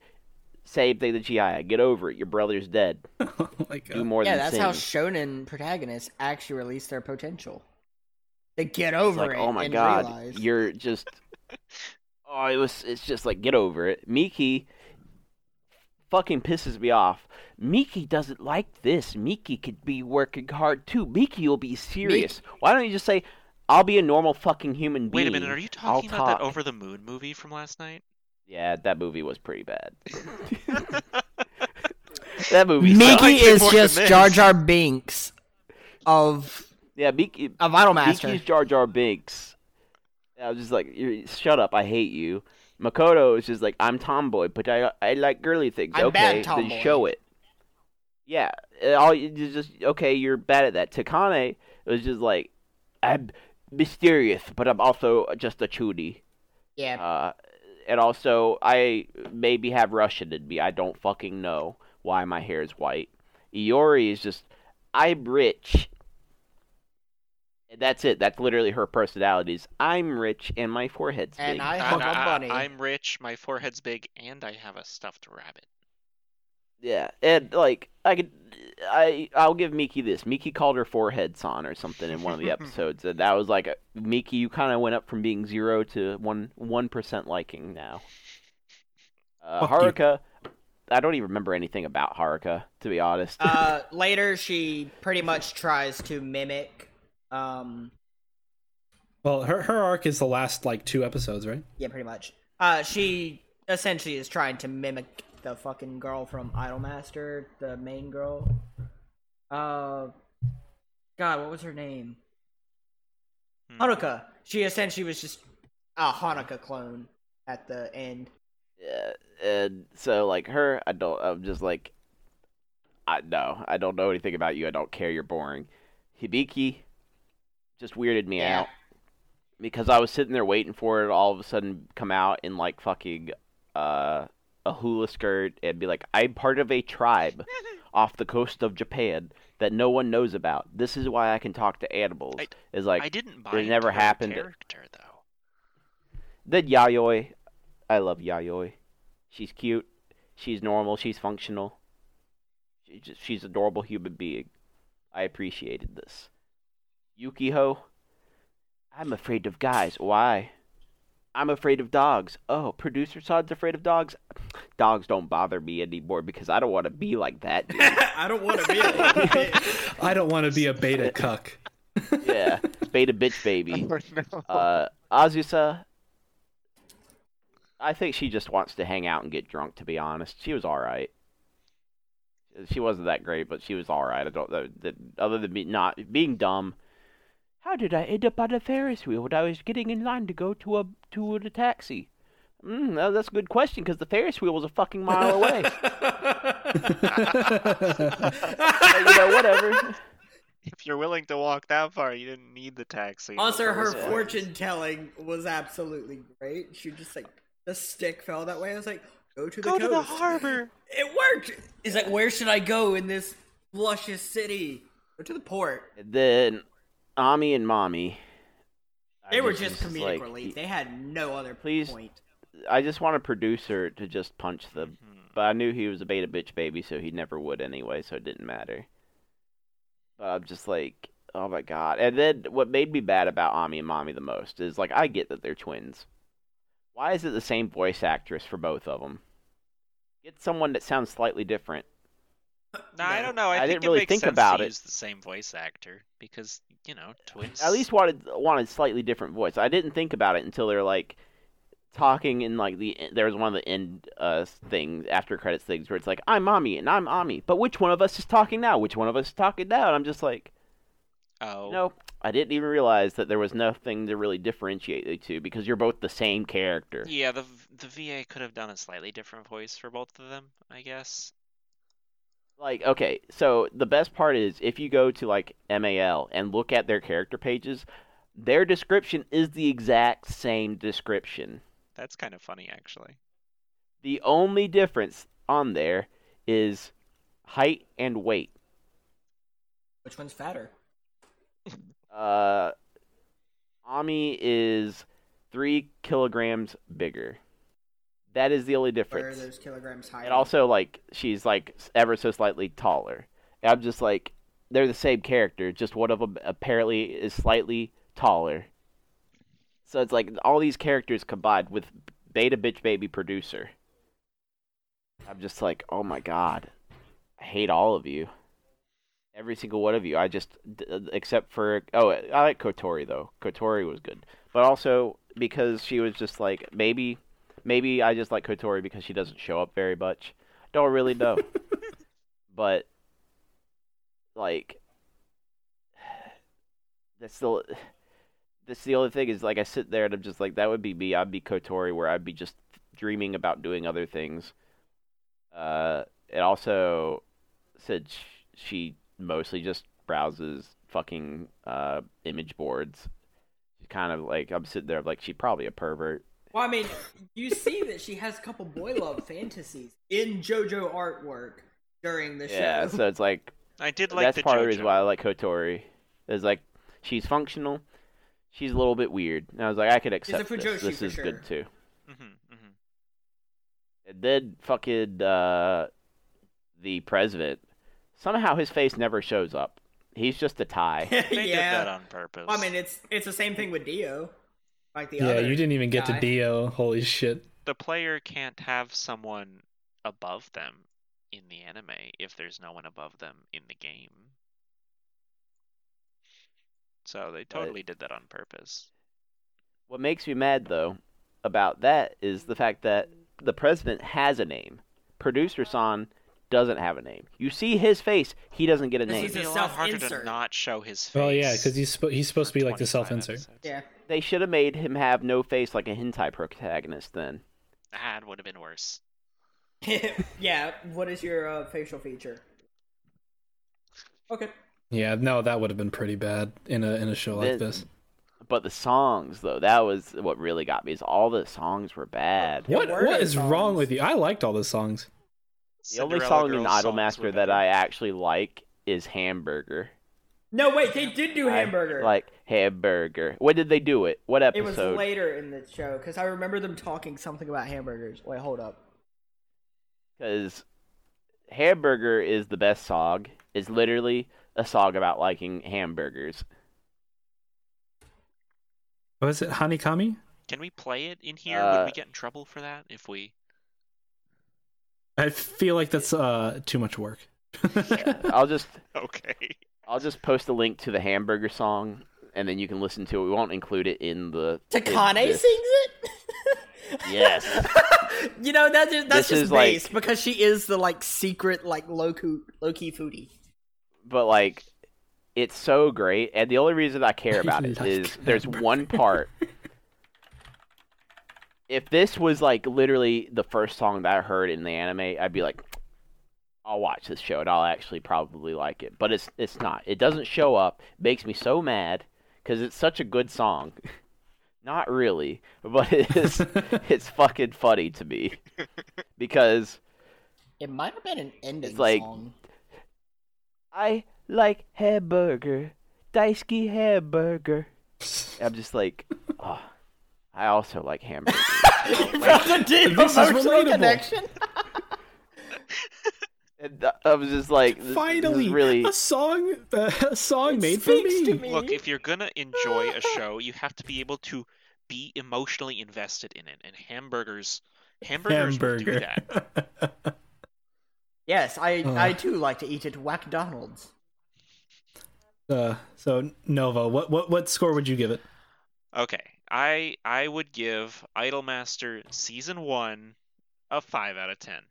[SPEAKER 4] Same thing that Chihaya. Get over it. Your brother's dead.
[SPEAKER 1] oh my
[SPEAKER 4] Do
[SPEAKER 1] god.
[SPEAKER 4] more
[SPEAKER 2] Yeah,
[SPEAKER 4] than
[SPEAKER 2] that's
[SPEAKER 4] sing.
[SPEAKER 2] how shonen protagonists actually release their potential. They get over
[SPEAKER 4] It's like,
[SPEAKER 2] it.
[SPEAKER 4] oh my
[SPEAKER 2] and
[SPEAKER 4] god,
[SPEAKER 2] realize.
[SPEAKER 4] you're just. Oh, it was. It's just like get over it, Miki. fucking pisses me off. Miki doesn't like this. Miki could be working hard too. Miki will be serious. Why don't you just say, I'll be a normal fucking human being?
[SPEAKER 3] Wait a minute, are you
[SPEAKER 4] I'll
[SPEAKER 3] talking about that
[SPEAKER 4] talk."
[SPEAKER 3] Over the Moon movie from last night?
[SPEAKER 4] Yeah, that movie was pretty bad. that movie. sucked.
[SPEAKER 2] Mickey
[SPEAKER 3] Mickey
[SPEAKER 2] is
[SPEAKER 3] more
[SPEAKER 2] just
[SPEAKER 3] than
[SPEAKER 2] Jar
[SPEAKER 3] this.
[SPEAKER 2] Jar Binks of
[SPEAKER 4] Yeah, Miki.
[SPEAKER 2] a Vital Master.
[SPEAKER 4] Miki's Jar Jar Binks. I was just like, "You're- shut up, I hate you. Makoto is just like, I'm tomboy, but I I like girly things.
[SPEAKER 2] I'm bad
[SPEAKER 4] okay,
[SPEAKER 2] tomboy.
[SPEAKER 4] then show it. Yeah, uh, all you you just okay, you're bad at that. Takane was just like, I'm mysterious, but I'm also just a chudi.
[SPEAKER 2] yeah,
[SPEAKER 4] Uh, and also, I maybe have Russian in me. I don't fucking know why my hair is white. Iori is just, I'm rich. And That's it. That's literally her personality. Is I'm rich and my forehead's
[SPEAKER 2] and
[SPEAKER 4] big.
[SPEAKER 2] I
[SPEAKER 3] I,
[SPEAKER 2] hung a bunny.
[SPEAKER 3] am rich, my forehead's big, and I have a stuffed rabbit.
[SPEAKER 4] Yeah, and like I could, I I'll give Miki this. Miki called her forehead son or something in one of the episodes, and that was like Miki. You kind of went up from being zero to one one percent liking now. Uh,
[SPEAKER 1] Fuck you.
[SPEAKER 4] Haruka, I don't even remember anything about Haruka to be honest.
[SPEAKER 2] uh, later, she pretty much tries to mimic. Um,
[SPEAKER 1] Well, her her arc is the last like two episodes, right?
[SPEAKER 2] yeah, pretty much. Uh, she essentially is trying to mimic the fucking girl from Idolmaster, the main girl. Uh, God, what was her name?
[SPEAKER 3] Hmm.
[SPEAKER 2] Hanukkah. She essentially was just a Hanukkah clone at the end.
[SPEAKER 4] Yeah, and so like her, I don't. I'm just like, I no, I don't know anything about you. I don't care. You're boring. Hibiki just weirded me
[SPEAKER 2] Yeah.
[SPEAKER 4] out because I was sitting there waiting for it to all of a sudden come out in like fucking uh, a hula skirt and be like, I'm part of a tribe off the coast of Japan that no one knows about. This is why I can talk to animals.
[SPEAKER 3] I-
[SPEAKER 4] is like
[SPEAKER 3] I didn't mind
[SPEAKER 4] it never
[SPEAKER 3] her
[SPEAKER 4] happened.
[SPEAKER 3] character though.
[SPEAKER 4] Then Yayoi. I love Yayoi. She's cute. She's normal. She's functional. She just, she's a normal human being. I appreciated this. Yukiho. I'm afraid of guys. Why? I'm afraid of dogs. Oh, producer son's afraid of dogs? Dogs don't bother me anymore because I don't want to be like that.
[SPEAKER 2] I don't want to be like
[SPEAKER 1] I don't want to be a beta cuck.
[SPEAKER 4] yeah. Beta bitch baby.
[SPEAKER 3] Oh,
[SPEAKER 4] Uh, Azusa, I think she just wants to hang out and get drunk. To be honest, she was all right. She wasn't that great, but she was all right. I don't know. that- Other than be not being dumb, how did I end up on a Ferris wheel when I was getting in line to go to a to a taxi? Mm, no, that's a good question because the Ferris wheel was a fucking mile away. But, you know, whatever.
[SPEAKER 3] If you're willing to walk that far, you didn't need the taxi. in the
[SPEAKER 2] Also, her
[SPEAKER 3] first place.
[SPEAKER 2] fortune telling was absolutely great. She just like the stick fell that way. I was like, go to the
[SPEAKER 3] Go to the
[SPEAKER 2] coast.
[SPEAKER 3] harbor.
[SPEAKER 2] It worked. It's like, where should I go in this luscious city? Go to the port.
[SPEAKER 4] And then Ami and Mommy. I
[SPEAKER 2] They were just
[SPEAKER 4] was
[SPEAKER 2] comedic
[SPEAKER 4] like,
[SPEAKER 2] relief. They had no other
[SPEAKER 4] Please-
[SPEAKER 2] point.
[SPEAKER 4] I just want a producer to just punch them,
[SPEAKER 3] Mhm.
[SPEAKER 4] but I knew he was a beta bitch baby, so he never would anyway, so it didn't matter. But I'm just like, oh my god. And then what made me mad about Ami and Mommy the most is like, I get that they're twins. Why is it the same voice actress for both of them? Get someone that sounds slightly different.
[SPEAKER 3] No, I
[SPEAKER 2] No.
[SPEAKER 3] don't know. I,
[SPEAKER 4] I
[SPEAKER 3] think
[SPEAKER 4] didn't
[SPEAKER 3] it
[SPEAKER 4] really
[SPEAKER 3] makes
[SPEAKER 4] think
[SPEAKER 3] sense
[SPEAKER 4] about
[SPEAKER 3] to
[SPEAKER 4] it.
[SPEAKER 3] use the same voice actor because you know twins.
[SPEAKER 4] I at least wanted wanted slightly different voice. I didn't think about it until they're like talking in like the there was one of the end uh things after credits things where it's like I'm Mommy and I'm Ami, but which one of us is talking now? Which one of us is talking now? And I'm just like,
[SPEAKER 3] Oh,
[SPEAKER 4] no, I didn't even realize that there was nothing to really differentiate the two because you're both the same character.
[SPEAKER 3] yeah. The the VA could have done a slightly different voice for both of them, I guess.
[SPEAKER 4] Like, okay, so the best part is if you go to like MAL and look at their character pages, their description is the exact same description.
[SPEAKER 3] That's kind of funny, actually.
[SPEAKER 4] The only difference on there is height and weight.
[SPEAKER 2] Which one's fatter?
[SPEAKER 4] Uh, Ami is three kilograms bigger. That is the only
[SPEAKER 2] Where are
[SPEAKER 4] difference.
[SPEAKER 2] those kilograms higher?
[SPEAKER 4] And also, like, she's like ever so slightly taller. And I'm just like, they're the same character, just one of them apparently is slightly taller. So it's like all these characters combined with Beta Bitch Baby Producer. I'm just like, oh my god, I hate all of you, every single one of you. I just, d- uh, except for oh, I like Kotori though. Kotori was good, but also because she was just like maybe, maybe I just like Kotori because she doesn't show up very much. Don't really know, but like that's the that's the only thing is like I sit there and I'm just like that would be me. I'd be Kotori where I'd be just dreaming about doing other things. Uh, it also said sh- she mostly just browses fucking uh image boards. She's kind of like I'm sitting there like she probably a pervert.
[SPEAKER 2] Well, I mean, you see that she has a couple boy love fantasies in JoJo artwork during the
[SPEAKER 4] Yeah,
[SPEAKER 2] show.
[SPEAKER 4] so it's like
[SPEAKER 3] I did like
[SPEAKER 4] that's
[SPEAKER 3] the
[SPEAKER 4] part of the
[SPEAKER 3] JoJo.
[SPEAKER 4] reason why I like Kotori. Is like she's functional. She's a little bit weird. And I was like I could accept
[SPEAKER 2] a
[SPEAKER 4] this.
[SPEAKER 2] Fujoshi
[SPEAKER 4] This
[SPEAKER 2] for
[SPEAKER 4] is
[SPEAKER 2] sure.
[SPEAKER 4] good too.
[SPEAKER 3] hmm hmm
[SPEAKER 4] And then fucking uh, the president. Somehow his face never shows up. He's just a tie.
[SPEAKER 3] They
[SPEAKER 2] yeah.
[SPEAKER 3] did that on purpose.
[SPEAKER 2] Well, I mean, it's it's the same thing with Dio. Like the
[SPEAKER 1] yeah,
[SPEAKER 2] other
[SPEAKER 1] you didn't even get
[SPEAKER 2] guy.
[SPEAKER 1] to Dio. Holy shit.
[SPEAKER 3] the player can't have someone above them in the anime if there's no one above them in the game. So they totally did that on purpose.
[SPEAKER 4] what makes me mad though about that is the fact that the president has a name. Producer San doesn't have a name. You see his face, he doesn't get a
[SPEAKER 2] This
[SPEAKER 4] name.
[SPEAKER 2] is
[SPEAKER 3] It'd be
[SPEAKER 2] a
[SPEAKER 3] a lot harder to
[SPEAKER 2] self-insert.
[SPEAKER 3] not show his face.
[SPEAKER 1] Well, yeah, because he's spo- he's supposed
[SPEAKER 3] for
[SPEAKER 1] to be like the
[SPEAKER 3] 25
[SPEAKER 1] self-insert.
[SPEAKER 3] episodes.
[SPEAKER 2] Yeah.
[SPEAKER 4] They should have made him have no face like a hentai protagonist then.
[SPEAKER 3] That would have been worse.
[SPEAKER 2] yeah. What is your uh, facial feature? Okay.
[SPEAKER 1] Yeah, no, that would have been pretty bad in a in a show like
[SPEAKER 4] Then-
[SPEAKER 1] this.
[SPEAKER 4] But the songs though, that was what really got me is all the songs were bad.
[SPEAKER 2] Yeah,
[SPEAKER 1] What
[SPEAKER 2] where are
[SPEAKER 1] what
[SPEAKER 2] the
[SPEAKER 1] is wrong
[SPEAKER 2] songs?
[SPEAKER 1] with you? I liked all the songs.
[SPEAKER 4] The only
[SPEAKER 3] Cinderella
[SPEAKER 4] song in
[SPEAKER 3] Girls songs were
[SPEAKER 4] Idolmaster that
[SPEAKER 3] better.
[SPEAKER 4] I actually like is Hamburger.
[SPEAKER 2] No, wait. They did do
[SPEAKER 4] I
[SPEAKER 2] hamburger.
[SPEAKER 4] Like hamburger. When did they do it? What
[SPEAKER 2] it was
[SPEAKER 4] episode?
[SPEAKER 2] later in the show because I remember them talking something about hamburgers. Wait, hold up.
[SPEAKER 4] Because hamburger is the best song. It's literally a song about liking hamburgers.
[SPEAKER 1] Was it Hanikami?
[SPEAKER 3] Can we play it in here?
[SPEAKER 4] Uh,
[SPEAKER 3] would we get in trouble for that if we?
[SPEAKER 1] I feel like that's uh too much work.
[SPEAKER 4] I'll just
[SPEAKER 3] Okay.
[SPEAKER 4] I'll just post a link to the hamburger song, and then you can listen to it. We won't include it in the. in
[SPEAKER 2] Takane
[SPEAKER 4] this.
[SPEAKER 2] sings it.
[SPEAKER 4] Yes.
[SPEAKER 2] you know that's just, that's
[SPEAKER 4] This
[SPEAKER 2] just
[SPEAKER 4] is like-
[SPEAKER 2] based because she is the like secret like low key low key foodie.
[SPEAKER 4] but like it's so great and the only reason i care about it
[SPEAKER 1] Like
[SPEAKER 4] is there's one part if this was like literally the first song that i heard in the anime i'd be like i'll watch this show and i'll actually probably like it but it's it's not it doesn't show up makes me so mad because it's such a good song not really but it's it's fucking funny to me because
[SPEAKER 2] It might have been an ending
[SPEAKER 4] It's like-
[SPEAKER 2] song.
[SPEAKER 4] I like hamburger. Daisuke hamburger. I'm just like, oh, I also like hamburger.
[SPEAKER 2] That's a deep
[SPEAKER 1] This is
[SPEAKER 2] emotional
[SPEAKER 1] relatable.
[SPEAKER 2] connection.
[SPEAKER 4] and I was just like, this, this is
[SPEAKER 1] Finally,
[SPEAKER 4] really.
[SPEAKER 1] a song uh, a song
[SPEAKER 2] It
[SPEAKER 1] made for
[SPEAKER 2] speaks
[SPEAKER 1] me.
[SPEAKER 2] to me.
[SPEAKER 3] Look, if you're gonna enjoy a show, you have to be able to be emotionally invested in it, and hamburgers, hamburgers will do
[SPEAKER 1] Hamburger.
[SPEAKER 3] that.
[SPEAKER 2] Yes, I
[SPEAKER 1] Uh.
[SPEAKER 2] I too like to eat at Whack Donald's.
[SPEAKER 1] uh, so Nova, what what what score would you give it?
[SPEAKER 3] Okay, I I would give Idolmaster season one a five out of ten.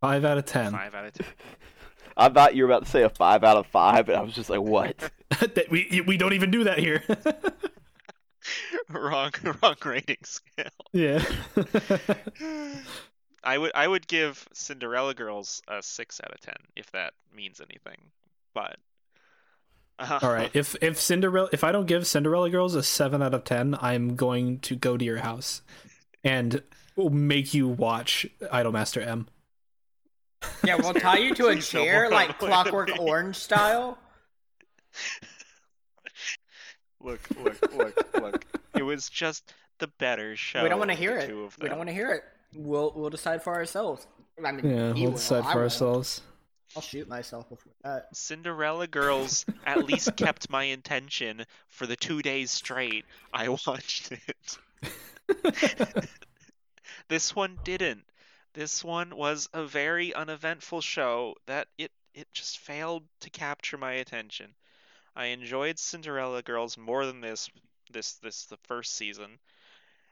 [SPEAKER 1] Five out of ten.
[SPEAKER 3] Five out of ten.
[SPEAKER 4] I thought you were about to say a five out of five, and I was just like, what?
[SPEAKER 1] that we we don't even do that here.
[SPEAKER 3] wrong wrong rating scale.
[SPEAKER 1] yeah.
[SPEAKER 3] I would I would give Cinderella Girls a six out of ten if that means anything. But uh,
[SPEAKER 1] All right. If if Cinderella if I don't give Cinderella Girls a 7 out of 10, I'm going to go to your house and make you watch Idolmaster M.
[SPEAKER 2] Yeah, we'll tie you to a
[SPEAKER 3] Please don't
[SPEAKER 2] chair
[SPEAKER 3] walk
[SPEAKER 2] like
[SPEAKER 3] away
[SPEAKER 2] Clockwork
[SPEAKER 3] from me.
[SPEAKER 2] Orange style.
[SPEAKER 3] Look, look, look, look. It was just the better show.
[SPEAKER 2] we don't want to
[SPEAKER 3] of the
[SPEAKER 2] hear it.
[SPEAKER 3] two of
[SPEAKER 2] We don't
[SPEAKER 3] them.
[SPEAKER 2] want to hear it. We'll we'll decide for ourselves. I mean,
[SPEAKER 1] Yeah,
[SPEAKER 2] he
[SPEAKER 1] we'll
[SPEAKER 2] will,
[SPEAKER 1] decide
[SPEAKER 2] I
[SPEAKER 1] for
[SPEAKER 2] won't.
[SPEAKER 1] ourselves.
[SPEAKER 2] I'll shoot myself before uh, that.
[SPEAKER 3] Cinderella Girls at least kept my intention for the two days straight I watched it. this one didn't. This one was a very uneventful show that it it just failed to capture my attention. I enjoyed Cinderella Girls more than this this this the first season,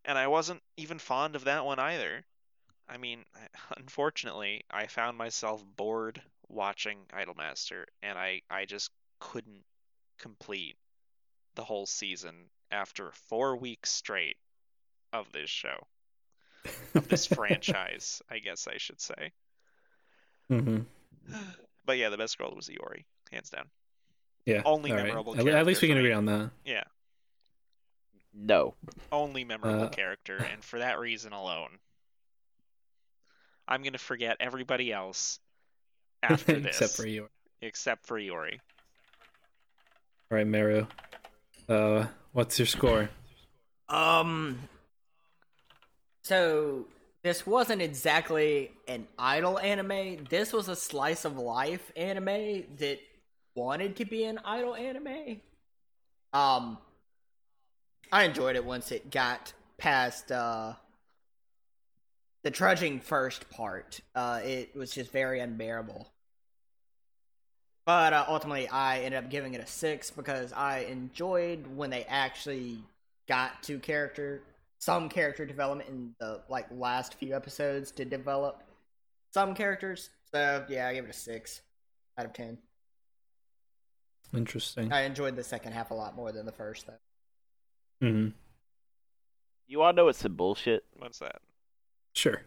[SPEAKER 3] and I wasn't even fond of that one either. I mean, unfortunately, I found myself bored watching Idolmaster, and I I just couldn't complete the whole season after four weeks straight of this show of this franchise. I guess I should say.
[SPEAKER 1] Mm-hmm.
[SPEAKER 3] But yeah, the best girl was Iori, hands down.
[SPEAKER 1] Yeah.
[SPEAKER 3] Only
[SPEAKER 1] all right.
[SPEAKER 3] memorable
[SPEAKER 1] At, at least we
[SPEAKER 3] character
[SPEAKER 1] can
[SPEAKER 3] for
[SPEAKER 1] agree
[SPEAKER 3] me.
[SPEAKER 1] on that.
[SPEAKER 3] Yeah,
[SPEAKER 4] No.
[SPEAKER 3] only memorable
[SPEAKER 1] Uh,
[SPEAKER 3] character, and for that reason alone, I'm gonna forget everybody else after this,
[SPEAKER 1] Except for you.
[SPEAKER 3] except for Iori.
[SPEAKER 1] All right, Maru. Uh, what's your score?
[SPEAKER 2] Um. So this wasn't exactly an idol anime. This was a slice of life anime that wanted to be an idol anime. Um, I enjoyed it once it got past uh the trudging first part. Uh, it was just very unbearable. But uh, ultimately, I ended up giving it a six because I enjoyed when they actually got to character some character development in the like last few episodes to develop some characters. So yeah, I give it a six out of ten.
[SPEAKER 1] Interesting.
[SPEAKER 2] I enjoyed the second half a lot more than the first though.
[SPEAKER 1] hmm
[SPEAKER 4] You want to know what's some bullshit?
[SPEAKER 3] What's that?
[SPEAKER 1] Sure.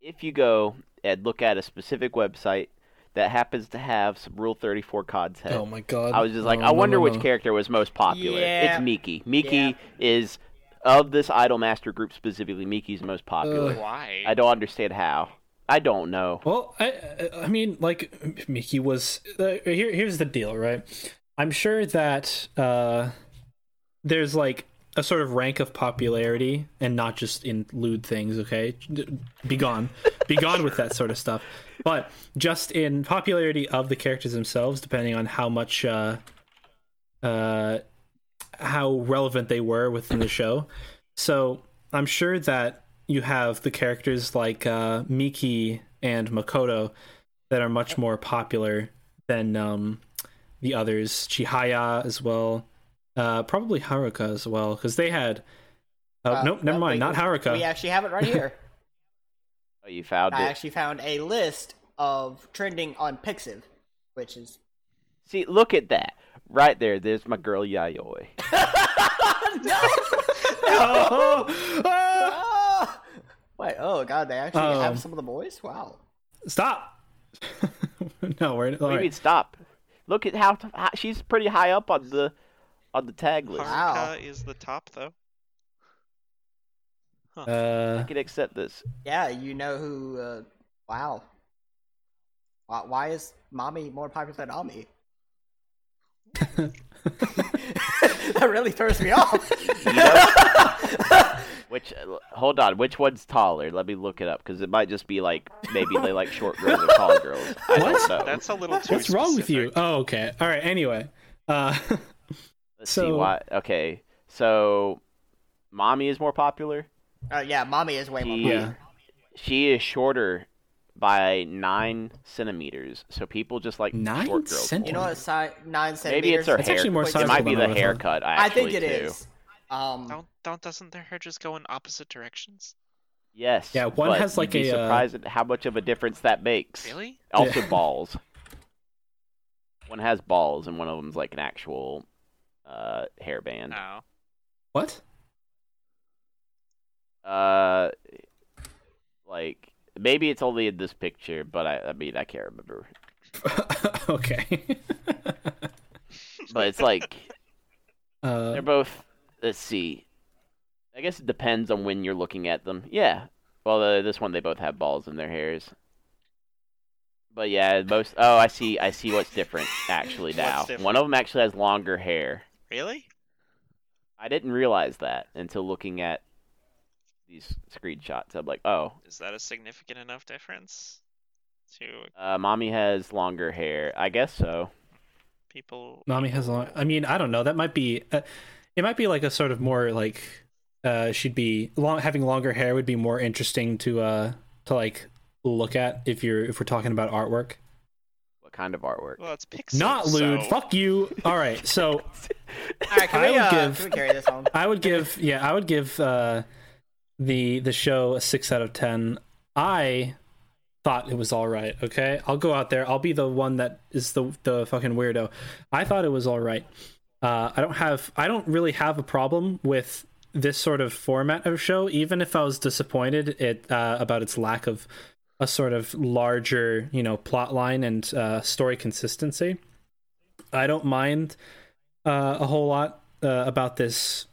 [SPEAKER 4] If you go and look at a specific website that happens to have some Rule 34 content,
[SPEAKER 1] Oh my god.
[SPEAKER 4] I was just like,
[SPEAKER 1] No,
[SPEAKER 4] I
[SPEAKER 1] no,
[SPEAKER 4] wonder
[SPEAKER 1] no,
[SPEAKER 4] which
[SPEAKER 1] no.
[SPEAKER 4] character was most popular.
[SPEAKER 2] Yeah.
[SPEAKER 4] It's Miki. Miki
[SPEAKER 2] Yeah.
[SPEAKER 4] is of this Idol Master group specifically. Miki's most popular.
[SPEAKER 1] Ugh.
[SPEAKER 3] Why?
[SPEAKER 4] I don't understand how. I don't know.
[SPEAKER 1] Well, I I- I mean, like Mickey was. Uh, here, here's the deal, right? I'm sure that uh, there's like a sort of rank of popularity, and not just in lewd things. Okay, be gone, be gone with that sort of stuff. But just in popularity of the characters themselves, depending on how much, uh, uh, how relevant they were within the show. So I'm sure that you have the characters like uh, Miki and Makoto that are much more popular than um, the others. Chihaya as well, uh, probably Haruka as well, because they had. Oh
[SPEAKER 2] Uh,
[SPEAKER 1] nope, never
[SPEAKER 2] no,
[SPEAKER 1] mind.
[SPEAKER 2] we-
[SPEAKER 1] not Haruka.
[SPEAKER 2] We actually have it right here.
[SPEAKER 4] Oh, you found
[SPEAKER 2] I
[SPEAKER 4] it.
[SPEAKER 2] actually found a list of trending on Pixiv, which is
[SPEAKER 4] See, look at that. Right there, there's my girl Yayoi.
[SPEAKER 2] no.
[SPEAKER 1] Oh! Ah!
[SPEAKER 2] Ah! Wait, oh god, they actually
[SPEAKER 1] Um,
[SPEAKER 2] have some of the boys. Wow.
[SPEAKER 1] Stop. no, we're all
[SPEAKER 4] What do you mean
[SPEAKER 1] right.
[SPEAKER 4] stop? Look at how, how she's pretty high up on the on the tag list.
[SPEAKER 2] Huh.
[SPEAKER 3] Haruka
[SPEAKER 2] Wow.
[SPEAKER 3] is the top though.
[SPEAKER 4] I
[SPEAKER 1] Uh,
[SPEAKER 4] can accept this.
[SPEAKER 2] Yeah, you know who? Uh, wow. Why, why is mommy more popular than Ami? that really throws me off.
[SPEAKER 4] Which uh, hold on, which one's taller? Let me look it up because it might just be like maybe they like short girls or tall girls. I
[SPEAKER 1] What?
[SPEAKER 4] don't know.
[SPEAKER 3] That's a little too.
[SPEAKER 1] Uh, what's wrong with you?
[SPEAKER 3] specific.
[SPEAKER 1] Oh, okay. All right. Anyway, uh,
[SPEAKER 4] Let's see
[SPEAKER 1] So-
[SPEAKER 4] why. Okay, so mommy is more popular.
[SPEAKER 2] uh, yeah, mommy is way more.
[SPEAKER 4] She,
[SPEAKER 2] Popular.
[SPEAKER 1] Yeah.
[SPEAKER 4] she is shorter by nine centimeters. So people just like
[SPEAKER 1] nine
[SPEAKER 4] short girls.
[SPEAKER 2] You know what? Si- nine centimeters.
[SPEAKER 4] Maybe it's her
[SPEAKER 1] That's
[SPEAKER 4] hair.
[SPEAKER 1] actually more
[SPEAKER 4] it
[SPEAKER 1] sizable
[SPEAKER 4] might be
[SPEAKER 1] than
[SPEAKER 4] the
[SPEAKER 1] I would've
[SPEAKER 4] haircut.
[SPEAKER 2] I
[SPEAKER 4] Actually,
[SPEAKER 2] think it
[SPEAKER 4] too.
[SPEAKER 2] is. Um,
[SPEAKER 3] Don't don't doesn't their hair just go in opposite directions?
[SPEAKER 4] Yes.
[SPEAKER 1] Yeah, one
[SPEAKER 4] but
[SPEAKER 1] has, like,
[SPEAKER 4] you'd be
[SPEAKER 1] a, uh,
[SPEAKER 4] surprised at how much of a difference that makes.
[SPEAKER 3] Really?
[SPEAKER 4] Also
[SPEAKER 1] Yeah.
[SPEAKER 4] balls. One has balls, and one of them's like an actual uh,
[SPEAKER 1] Hmm.
[SPEAKER 4] hairband.
[SPEAKER 3] No.
[SPEAKER 1] What?
[SPEAKER 4] Uh, like maybe it's only in this picture, but I, I mean I can't remember.
[SPEAKER 1] okay.
[SPEAKER 4] But it's like
[SPEAKER 1] Uh,
[SPEAKER 4] they're both. Let's see. I guess it depends on when you're looking at them. Yeah. Well, uh, this one they both have balls in their hairs. But yeah, most. Oh, I see. I see what's different actually
[SPEAKER 3] What's
[SPEAKER 4] now.
[SPEAKER 3] different?
[SPEAKER 4] One of them actually has longer hair.
[SPEAKER 3] Really?
[SPEAKER 4] I didn't realize that until looking at these screenshots. I'm like, oh,
[SPEAKER 3] Is that a significant enough difference to
[SPEAKER 4] uh, mommy has longer hair. I guess so.
[SPEAKER 3] people?
[SPEAKER 1] Nami has a lot. I mean, I don't know. That might be. Uh, it might be like a sort of more like. Uh, she'd be long having longer hair would be more interesting to uh to like look at if you're if we're talking about artwork?
[SPEAKER 4] What kind of artwork?
[SPEAKER 3] Well, it's pixels.
[SPEAKER 1] Not lewd.
[SPEAKER 3] so-
[SPEAKER 1] Fuck you. All right. So
[SPEAKER 2] All right, can
[SPEAKER 1] I
[SPEAKER 2] we,
[SPEAKER 1] would
[SPEAKER 2] uh,
[SPEAKER 1] give-
[SPEAKER 2] can we carry this on?
[SPEAKER 1] I would give yeah, I would give uh the the show a 6 out of 10. I thought it was all right, okay? I'll go out there. I'll be the one that is the the fucking weirdo. I thought it was all right. Uh I don't have I don't really have a problem with this sort of format of show even if I was disappointed it uh, about its lack of a sort of larger, you know, plot line and uh story consistency. I don't mind uh, a whole lot uh, about this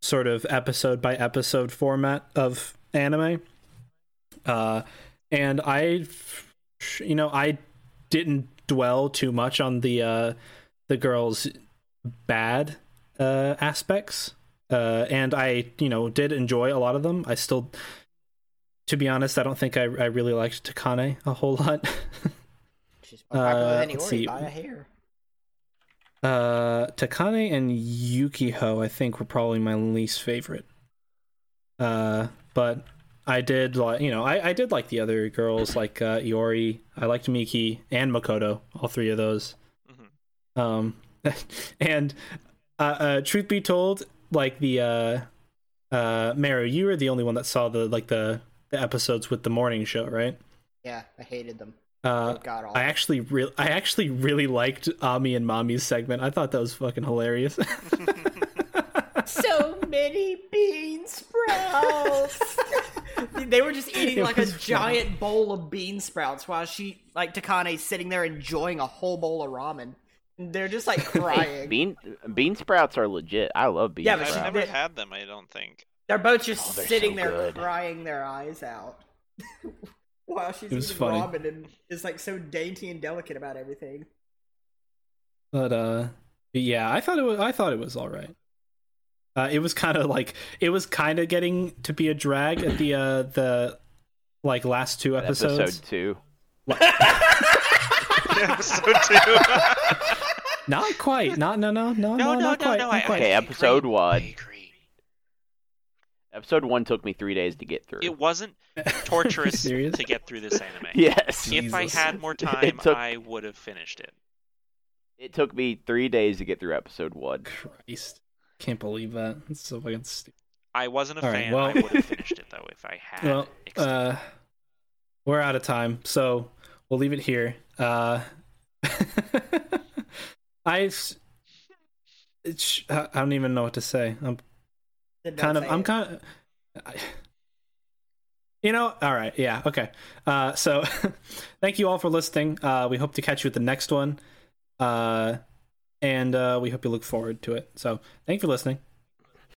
[SPEAKER 1] sort of episode by episode format of anime. Uh, and I, you know, I didn't dwell too much on the uh, the girl's bad uh, aspects, uh, and I, you know, did enjoy a lot of them. I still, to be honest, I don't think I, I really liked Takane a whole lot.
[SPEAKER 2] She's more popular
[SPEAKER 1] uh,
[SPEAKER 2] than
[SPEAKER 1] let's
[SPEAKER 2] Iori
[SPEAKER 1] see.
[SPEAKER 2] by a hair.
[SPEAKER 1] Uh, Takane and Yukiho, I think, were probably my least favorite. Uh, but I did like, you know, I, I did like the other girls, like uh, Iori. I liked Miki and Makoto, all three of those.
[SPEAKER 3] Mhm.
[SPEAKER 1] Um, and uh, uh, truth be told, like the uh, uh, Maru, you were the only one that saw the like the, the episodes with the morning show, right?
[SPEAKER 2] Yeah, I hated them.
[SPEAKER 1] Uh,
[SPEAKER 2] God all.
[SPEAKER 1] I actually re- I actually really liked Ami and Mommy's segment. I thought that was fucking hilarious.
[SPEAKER 2] so many bean sprouts. they were just eating
[SPEAKER 1] It
[SPEAKER 2] like a
[SPEAKER 1] was fun.
[SPEAKER 2] giant bowl of bean sprouts while she, like Takane's sitting there enjoying a whole bowl of ramen. They're just like crying.
[SPEAKER 4] Bean bean sprouts are legit. I love bean
[SPEAKER 2] Yeah, but
[SPEAKER 3] I've
[SPEAKER 2] she-
[SPEAKER 4] sprouts.
[SPEAKER 3] never
[SPEAKER 2] did-
[SPEAKER 3] had them. I don't think.
[SPEAKER 2] They're both just
[SPEAKER 4] Oh, they're
[SPEAKER 2] sitting
[SPEAKER 4] so
[SPEAKER 2] there
[SPEAKER 4] good.
[SPEAKER 2] crying their eyes out. While she's
[SPEAKER 1] It was
[SPEAKER 2] eating
[SPEAKER 1] funny.
[SPEAKER 2] ramen and is like so dainty and delicate about everything.
[SPEAKER 1] but uh but yeah, I thought it was I thought it was all right. Uh, it was kind of like it was kind of getting to be a drag at the uh the like last two episodes.
[SPEAKER 4] Episode two.
[SPEAKER 3] Episode two.
[SPEAKER 1] Not quite. Not no no no no not quite. not quite.
[SPEAKER 4] Okay, episode
[SPEAKER 3] agree.
[SPEAKER 4] one.
[SPEAKER 3] I agree.
[SPEAKER 4] Episode one took me three days to get through.
[SPEAKER 3] It wasn't torturous
[SPEAKER 1] Serious?
[SPEAKER 3] to get through this anime.
[SPEAKER 4] yes.
[SPEAKER 3] If I
[SPEAKER 1] Jesus.
[SPEAKER 3] had more time,
[SPEAKER 4] took-
[SPEAKER 3] I would have finished it.
[SPEAKER 4] It took me three days to get through episode one.
[SPEAKER 1] Christ. Can't believe that. It's so fucking stupid.
[SPEAKER 3] I wasn't a
[SPEAKER 1] All right,
[SPEAKER 3] fan. I
[SPEAKER 1] well-
[SPEAKER 3] would have finished it though if I had.
[SPEAKER 1] well,
[SPEAKER 3] extended-
[SPEAKER 1] uh, we're out of time, so we'll leave it here. Uh, I, s- it's, I I don't even know what to say. I'm
[SPEAKER 2] Did not
[SPEAKER 1] kind of
[SPEAKER 2] say
[SPEAKER 1] i'm
[SPEAKER 2] it.
[SPEAKER 1] kind of I, you know all right yeah okay uh so thank you all for listening uh we hope to catch you at the next one uh and uh we hope you look forward to it so thank you for listening